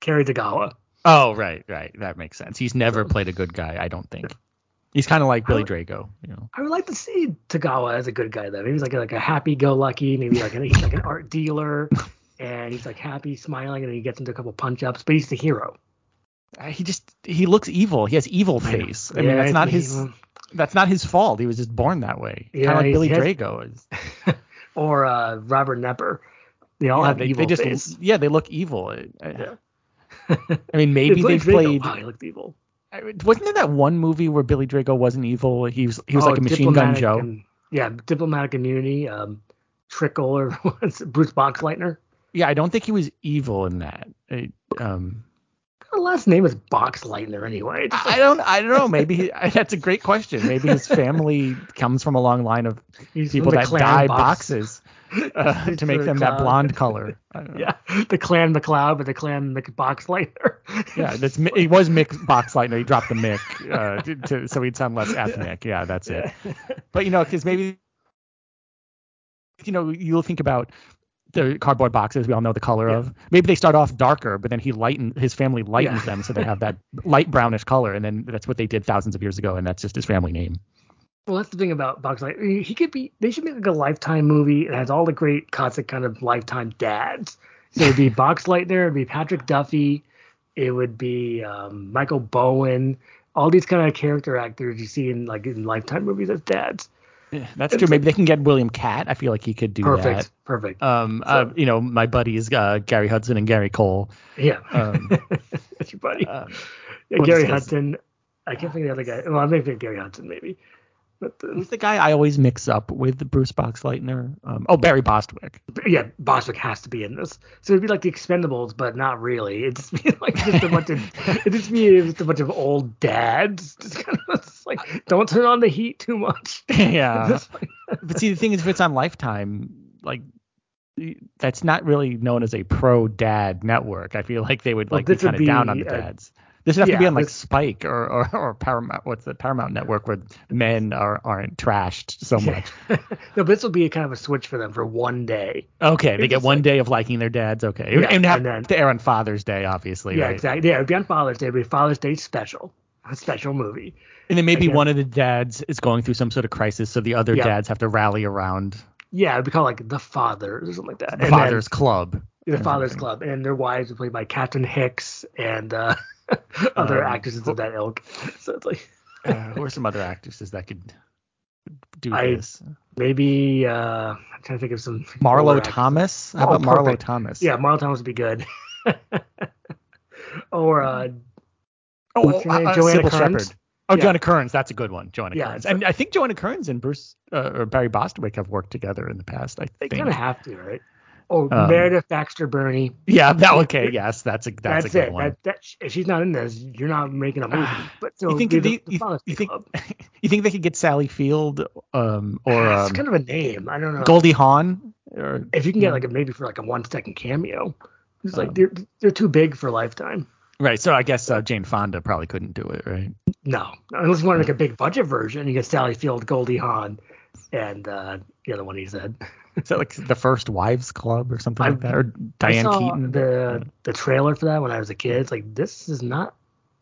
Kerry Tagawa. Oh, right, right. That makes sense. He's never played a good guy, I don't think. He's kind of like Billy I Drago, you know. I would like to see Tagawa as a good guy, though. Maybe he's like a, like a happy-go-lucky, maybe like he's like an art dealer, and he's like happy, smiling, and then he gets into a couple punch-ups, but he's the hero. Uh, He just he looks evil. He has evil I know. face. I, mean, Yeah, that's not it's- his that's not his fault. He was just born that way. Yeah, kind of like he- Billy he has- Drago is. or uh, Robert Nepper. They all Yeah, have they, evil they just face. yeah, they look evil. I, I- Yeah. I mean, maybe Billy they Drago, played. Wow, Oh, he looked evil. I mean, Wasn't there that one movie where Billy Drago wasn't evil? He was he was Oh, like a machine gun diplomatic Joe. and- yeah, diplomatic immunity. Um, Trickle or what's it, Bruce Boxleitner. Yeah, I don't think he was evil in that. I, um, The last name is Boxleitner anyway. It's just I I like, don't I don't know. Maybe he, I- that's a great question. Maybe his family comes from a long line of he's from people the that Clan dye Box- boxes uh, He's to make the them clown. that blonde color. I don't know. Yeah, the Clan McLeod, but the Clan McBoxleitner. Yeah, that's Mi- it was Mick Boxleitner. He dropped the Mick uh, to, to, so he'd sound less ethnic. Yeah, that's it. But you know, because maybe you know you'll think about the cardboard boxes we all know the color Yeah. of. Maybe they start off darker, but then he lightened his family lightens Yeah. them so they have that light brownish color, and then that's what they did thousands of years ago, and that's just his family name. Well, that's the thing about Boxlight. He- He could be. They should make like a lifetime movie. It has all the great classic kind of lifetime dads. So it'd be Boxlightner. It'd be Patrick Duffy. It would be um, Michael Bowen. All these kind of character actors you see in like in lifetime movies as dads. That's true. Maybe they can get William Cat. I feel like he could do Perfect. Perfect. that. Um, uh, So- you know, my buddies uh, Gary Hudson and Gary Cole. yeah. Um, That's your buddy. uh, yeah, what Gary is this? Hudson. I can't think of the other guy. Well, I'm thinking of Gary Hudson maybe. But uh, Who's the guy I always mix up with Bruce Boxleitner? Um, oh, Barry Bostwick. yeah, Bostwick has to be in this. So it'd be like the Expendables, but not really. It'd just be like just a bunch of it'd just be just a bunch of old dads. Just kind of it's like don't turn on the heat too much. yeah. Just like- But see, the thing is, if it's on Lifetime, like that's not really known as a pro dad network. I feel like they would Well, like be this would kind of down on be the a- dads. This would have to be Yeah, on like this- Spike or, or, or Paramount. What's the Paramount Network where men are aren't trashed so much? no, but this will be a kind of a switch for them for one day. Okay, they It's get just one like- day of liking their dads. Okay, It would- Yeah, and have and then- to air on Father's Day, obviously. Yeah, right? exactly. Yeah, it'd be on Father's Day. It'd be a Father's Day special, a special movie. And then maybe Again. one of the dads is going through some sort of crisis, so the other Yeah. dads have to rally around Yeah, it'd be called like the Fathers or something like that. the And then- Father's Club. the Fathers something. Club, and their wives are played by Catherine Hicks and uh, other Um, actresses of that ilk. So it's like uh, who are some other actresses that could do I- this? maybe uh, I'm trying to think of some older Marlo actors. Thomas. How Oh, about Marlo perfect. Thomas? Yeah, Marlo Thomas would be good. or uh, Oh, What's her name? Joanna Sybil Kearns? Shepherd. Oh, Yeah. Joanna Kearns. That's a good one. Joanna Yeah, Kearns. it's- And I think Joanna Kearns and Bruce uh, or Barry Bostwick have worked together in the past. I they think. kind of have to, right? Oh, Um, Meredith Baxter Burney. Yeah. That, okay. Yes. That's a that's, That's, a good it. one. That, that if she's not in this, you're not making a movie. But so you think it'd they, be the, the you, Fathers you Day think Club. you think they could get Sally Field um, or it's um, Hmm. kind of a name. I don't know. Goldie Hawn or if you can get like a maybe for like a one second cameo, it's Um, like they're they're too big for Lifetime. right. So I guess uh, Jane Fonda probably couldn't do it, right? No, unless you want to Hmm. make a big budget version, you get Sally Field, Goldie Hawn, and uh, the other one he said. Is that like the First Wives Club or something I- like that? Or I Diane saw Keaton? the the trailer for that when I was a kid. It's like this is not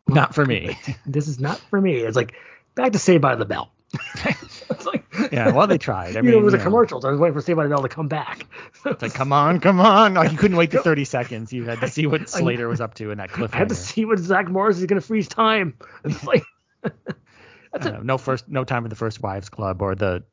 Not for me. this is not for me. It's like back to Saved by the Bell. it's like yeah. Well, they tried. I you mean, know, it was you know. a commercial. So I was waiting for Saved by the Bell to come back. It's like, come on, come on. Like, you couldn't wait the Yep. 30 seconds. You had to see what I- Slater was up to in that I had to cliffhanger. see what Zach Morris is gonna freeze time. It's like I don't know, no first, no time for the first wives club or the,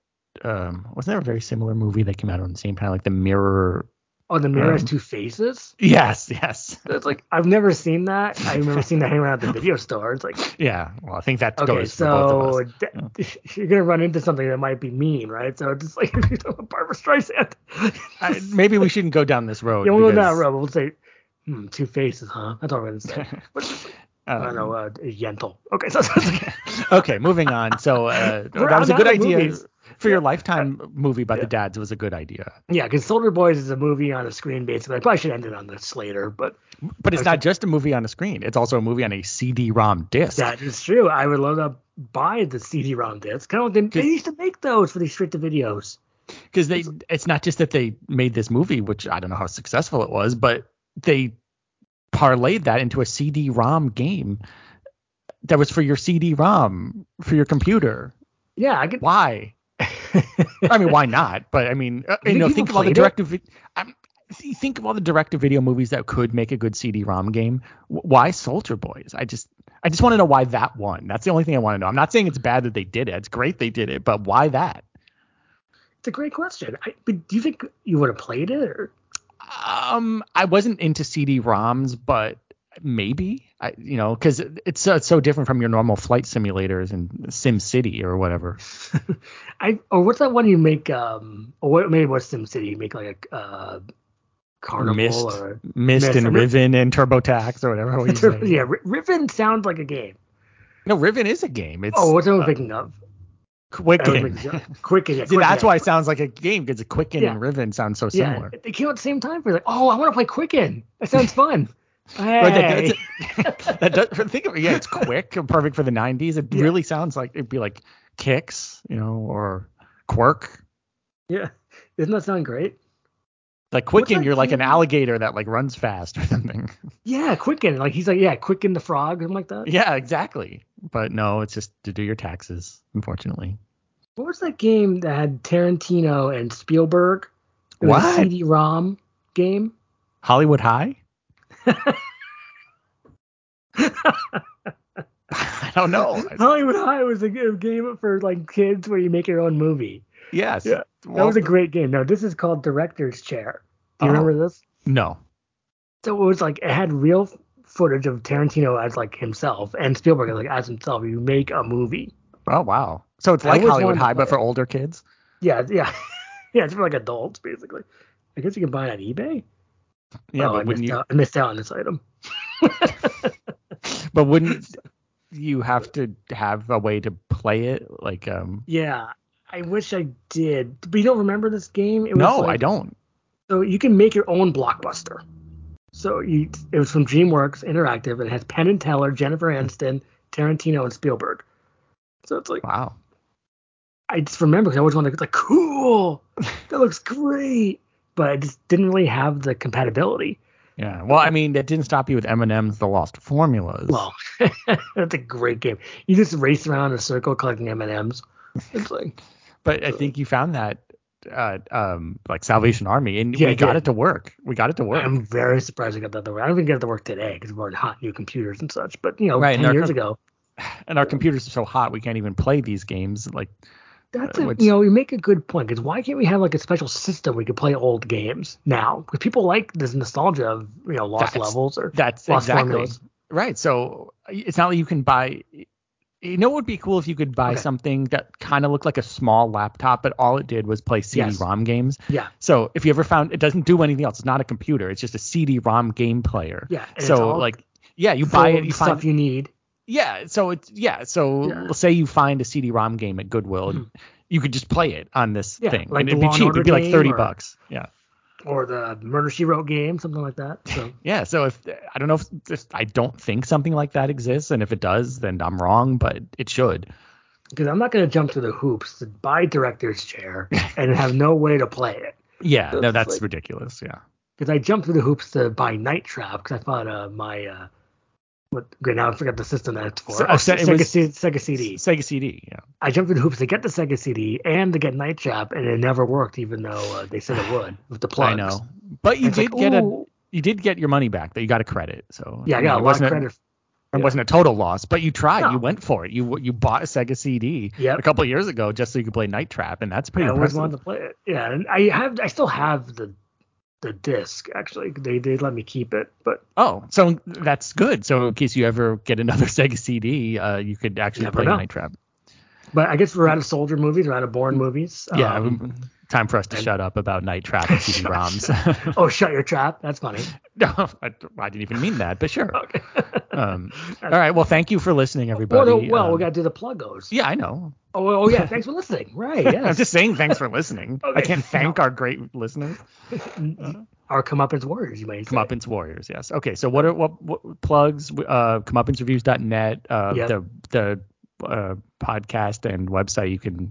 um, wasn't there a very similar movie that came out on the same time, like the mirror? oh the mirror has Um, two faces. Yes, yes. It's like I've never seen that. I remember seeing that hanging around at the video store. It's like Yeah. Well, I think that Okay, goes for both of so us. d- you're gonna run into something that might be mean, right? So it's just like if you're talking about Barbara Streisand, I, maybe we shouldn't go down this road. you won't go down because, that road. but We'll say, hmm, two faces, huh? That's all we're gonna say. But it's like, I don't um, know, uh, Yentl. Okay, so so it's like, okay, moving on. So uh, We're that was a out good of idea movies. Uh, for your lifetime movie about Yeah. the dads. Was a good idea, yeah, because Soldier Boys is a movie on a screen, basically. I probably should end it on this later, but but it's Okay. not just a movie on a screen. It's also a movie on a CD-ROM disc. that is true. I would love to buy the CD-ROM disc. Kind of, they, they used to make those for these straight to videos. because they it's not just that they made this movie which i don't know how successful it was but they parlayed that into a cd-rom game that was for your cd-rom for your computer Yeah, I could. why i mean why not but i mean uh, you think know people think of all the played it? direct to I'm, th- think of all the direct to video movies that could make a good cd-rom game W- why soldier boys i just i just want to know why that one that's the only thing i want to know i'm not saying it's bad that they did it it's great they did it but why that It's a great question. I, but do you think you would have played it? Or? Um, I wasn't into CD-ROMs, but maybe I, you know, because it's so, it's so different from your normal flight simulators and Sim City or whatever. I or what's that one you make? Um, or what maybe what's SimCity? You make like a uh, carnival Mist, or Mist, Mist, and I'm- Riven and TurboTax or whatever. What you say. yeah. Ri- Riven sounds like a game. No, Riven is a game. It's Oh, what's I was uh, thinking of? quick I was game. making- Quicken. Yeah, See, Quicken, that's yeah. why it sounds like a game because Quicken Yeah. and Riven sound so Yeah, similar. they came out at the same time. We're like, oh, I want to play Quicken. That sounds fun. hey. Right, that- that's it. that does, think of it, yeah, it's quick and perfect for the 90s. It Yeah. really sounds like it'd be like Kicks, you know, or Quirk. yeah, doesn't that sound great? Like What's Quicken, that you're like an game? alligator that like runs fast or something. Yeah, Quicken. Like he's like, yeah, Quicken the Frog, something like that. yeah, exactly. But no, it's just to do your taxes, unfortunately. What was that game that had Tarantino and Spielberg? It was What? a CD-ROM game. Hollywood High? I don't know. Hollywood High was a good game for like kids where you make your own movie. Yes. Yeah, That Well, was a great game. No, this is called Director's Chair. Do you Oh. remember this? no. So it was like it had real footage of Tarantino as like himself and Spielberg as like as himself. You make a movie. Oh wow. So it's I like always Hollywood wanted to High, but play for older kids. Yeah, yeah, yeah. It's for like adults basically. I guess you can buy it on eBay. Yeah, oh, I but missed, wouldn't you? out, I missed out on this item. But wouldn't you have to have a way to play it? Like, um. Yeah, I wish I did. But you don't remember this game? It was No, like- I don't. So you can make your own blockbuster. So he, it was from DreamWorks Interactive, and it has Penn and Teller, Jennifer Aniston, Tarantino, and Spielberg. So it's like Wow. I just remember 'cause I always wanted to like cool, that looks great, but I just didn't really have the compatibility. Yeah. Well, I mean, that didn't stop you with Eminem's The Lost Formulas. Well, that's a great game. You just race around in a circle collecting M and M's. It's like but I think you found that uh, um, like Salvation Army, and Yeah, I we got did. Um, it to work. We got it to work. I'm very surprised I got that to work. I don't even get it to work today because we're on hot new computers and such. But you know, Right, and ten our years com- ago, and our computers are so hot, we can't even play these games. Like, that's Uh, a, which- you know, you make a good point because why can't we have like a special system we could play old games now? Because people like this nostalgia of you know lost That's- levels or That's Lost exactly formulas. right. So uh, it's not like you can buy. You know, it would be cool if you could buy Okay. something that kind of looked like a small laptop, but all it did was play CD-ROM games. yeah, So if you ever found, it doesn't do anything else. It's not a computer. It's just a CD-ROM game player. yeah. and it's so all like, yeah, you full buy of it. You stuff find, you need. yeah. So it's yeah. So Yeah. let's say you find a CD-ROM game at Goodwill. Mhm. You could just play it on this Yeah, thing. like and the it'd be Law and cheap. Order It'd be like game thirty or- bucks. Yeah. or the Murder She Wrote game, something like that. So Yeah, so if I don't know if if- I don't think something like that exists, and if it does, then I'm wrong, but it should. because I'm not going to jump through the hoops to buy director's chair and have no way to play it. Yeah, no, That's that's like- ridiculous. Yeah, Because I jumped through the hoops to buy Night Trap because I thought uh, my uh, what okay now I forgot the system that it's for. Se- oh, Se- it Sega, was- C- Sega CD. Sega CD. Yeah, I jumped through the hoops to get the Sega CD and to get Night Trap, and it never worked, even though uh, they said it would with the plugs. I know, but you It's like, did get a ooh. you did get your money back. That you got a credit. So Yeah, I you know, it got a lot wasn't of credit. It wasn't a total loss, but you tried. No. You went for it. You you bought a Sega CD Yep. a couple of years ago just so you could play Night Trap, and that's pretty I always impressive. wanted to play it. Yeah, and I have, I still have the the disc actually. They they let me keep it, but Oh, so that's good. So in case you ever get another Sega CD, uh, you could actually Never play know. Night Trap. But I guess we're out of soldier movies, we're out of Bourne movies. Mm-hmm. Yeah, Um, w- time for us to and- shut up about night trap and CD Shut- ROMs. oh, shut your trap. That's funny. no, I, I didn't even mean that, but sure. Okay. Um, all right, well, thank you for listening, well, everybody. no, well, Um, we got to do the pluggos. yeah, I know. Oh, oh, yeah. Thanks for listening. Right. I'm Yes. just saying thanks for listening. I Okay, can't thank our great listeners. Our comeuppance warriors, you might say. Comeuppance Warriors, yes. Okay, so what are what, what plugs? Uh, comeuppancereviews.net, uh, Yep. the the uh, podcast and website you can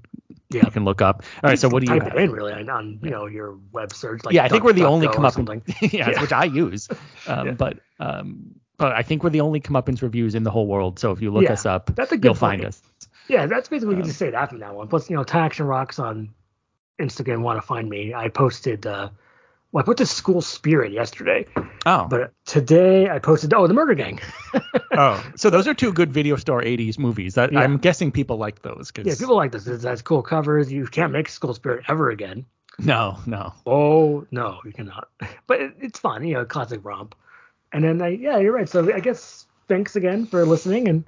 Yeah. you can look up. All right, so what do you type have? it in really on, on you know your web search? Like yeah, I think we're the only DuckDuckGo or something. comeuppance. yes, Yeah. which I use. Um, But um, but I think we're the only comeuppance reviews in the whole world. So if you look Yeah, us up, that's a good you'll find point. us. Yeah, that's basically Um, we can just say that from now on. Plus, you know, Tax and Rocks on Instagram want to find me. I posted. uh well, I put the school spirit yesterday, Oh, but today I posted oh the murder gang. oh. So those are two good video store '80s movies. That, Yeah. I'm guessing people like those. Cause, Yeah, people like this. It has cool covers. You can't make School Spirit ever again. No, no. Oh no, you cannot. But it, it's fun, you know, classic romp. And then I, yeah, you're right. So I guess thanks again for listening. And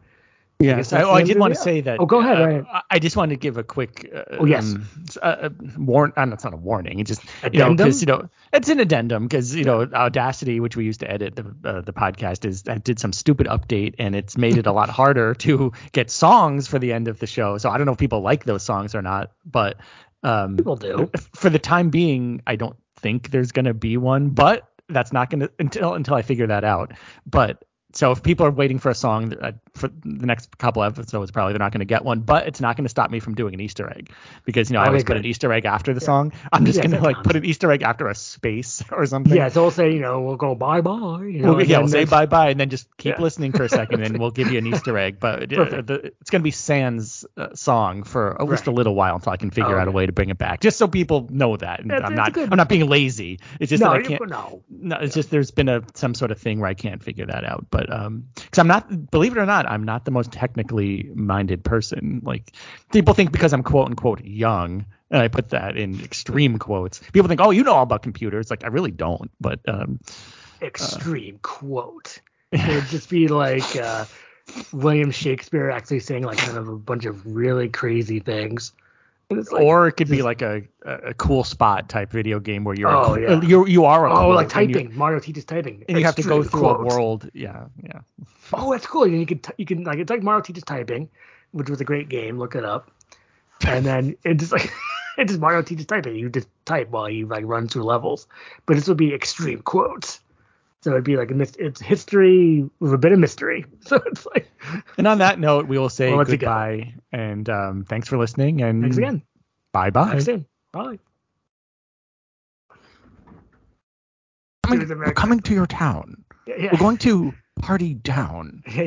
Yeah. guess I, that's oh, the I end did of want it. to say that. Oh, go ahead, uh, Ryan. I- I just wanted to give a quick. Uh, Oh, yes. Um, s- uh, warn. Uh, it's not a warning. It just you know Addendum? because you know it's an addendum because you know Audacity, which we use to edit the uh, the podcast, is I did some stupid update and it's made it a lot harder to get songs for the end of the show. So I don't know if people like those songs or not, but um, people do. for the time being, I don't think there's going to be one, but that's not going to until until I figure that out. But so if people are waiting for a song uh, for the next couple episodes, probably they're not going to get one. But it's not going to stop me from doing an Easter egg because you know I Okay, always put an good. Easter egg after the song. I'm just Oh, Yeah, going that to like counts. put an Easter egg after a space or something. Yeah, so we'll say, you know, we'll go bye bye. You know, We'll, and yeah, then we'll say next- bye bye and then just keep Yeah. listening for a second and we'll give you an Easter egg. But uh, Perfect. the, it's going to be Sans uh, song for at least a Right. little while until I can figure out a Okay. way to bring it back, just so people know that. And That's- I'm that's not good. I'm not being lazy. It's just No, that I you- can't. no. No, it's just there's been a some sort of thing where I can't figure that out. But um, because I'm not, believe it or not, I'm not the most technically minded person. Like people think because I'm quote unquote young, and I put that in extreme quotes. People think, oh, you know all about computers. Like I really don't. But um, Extreme quote. It would just be like uh, William Shakespeare actually saying like kind of a bunch of really crazy things. And it's like, or it could be like a, a a cool spot type video game where you're a Oh, cl- yeah. you you are a oh, clerk like and you- typing. Mario teaches typing. and you have to go Extreme through a quote. world yeah yeah Oh, that's cool. You can t- you can like it's like Mario teaches typing, which was a great game. Look it up. And then it just like it just Mario teaches typing. You just type while you like run through levels. But this would be extreme quotes. So it'd be like a mis- it's history with a bit of mystery. So it's like And on that note, we will say Well, let's get goodbye and um, thanks for listening. And thanks again. Bye bye. Thanks soon. Bye. Coming, Give it we're back. coming to your town. Yeah, yeah. We're going to party down. Yeah,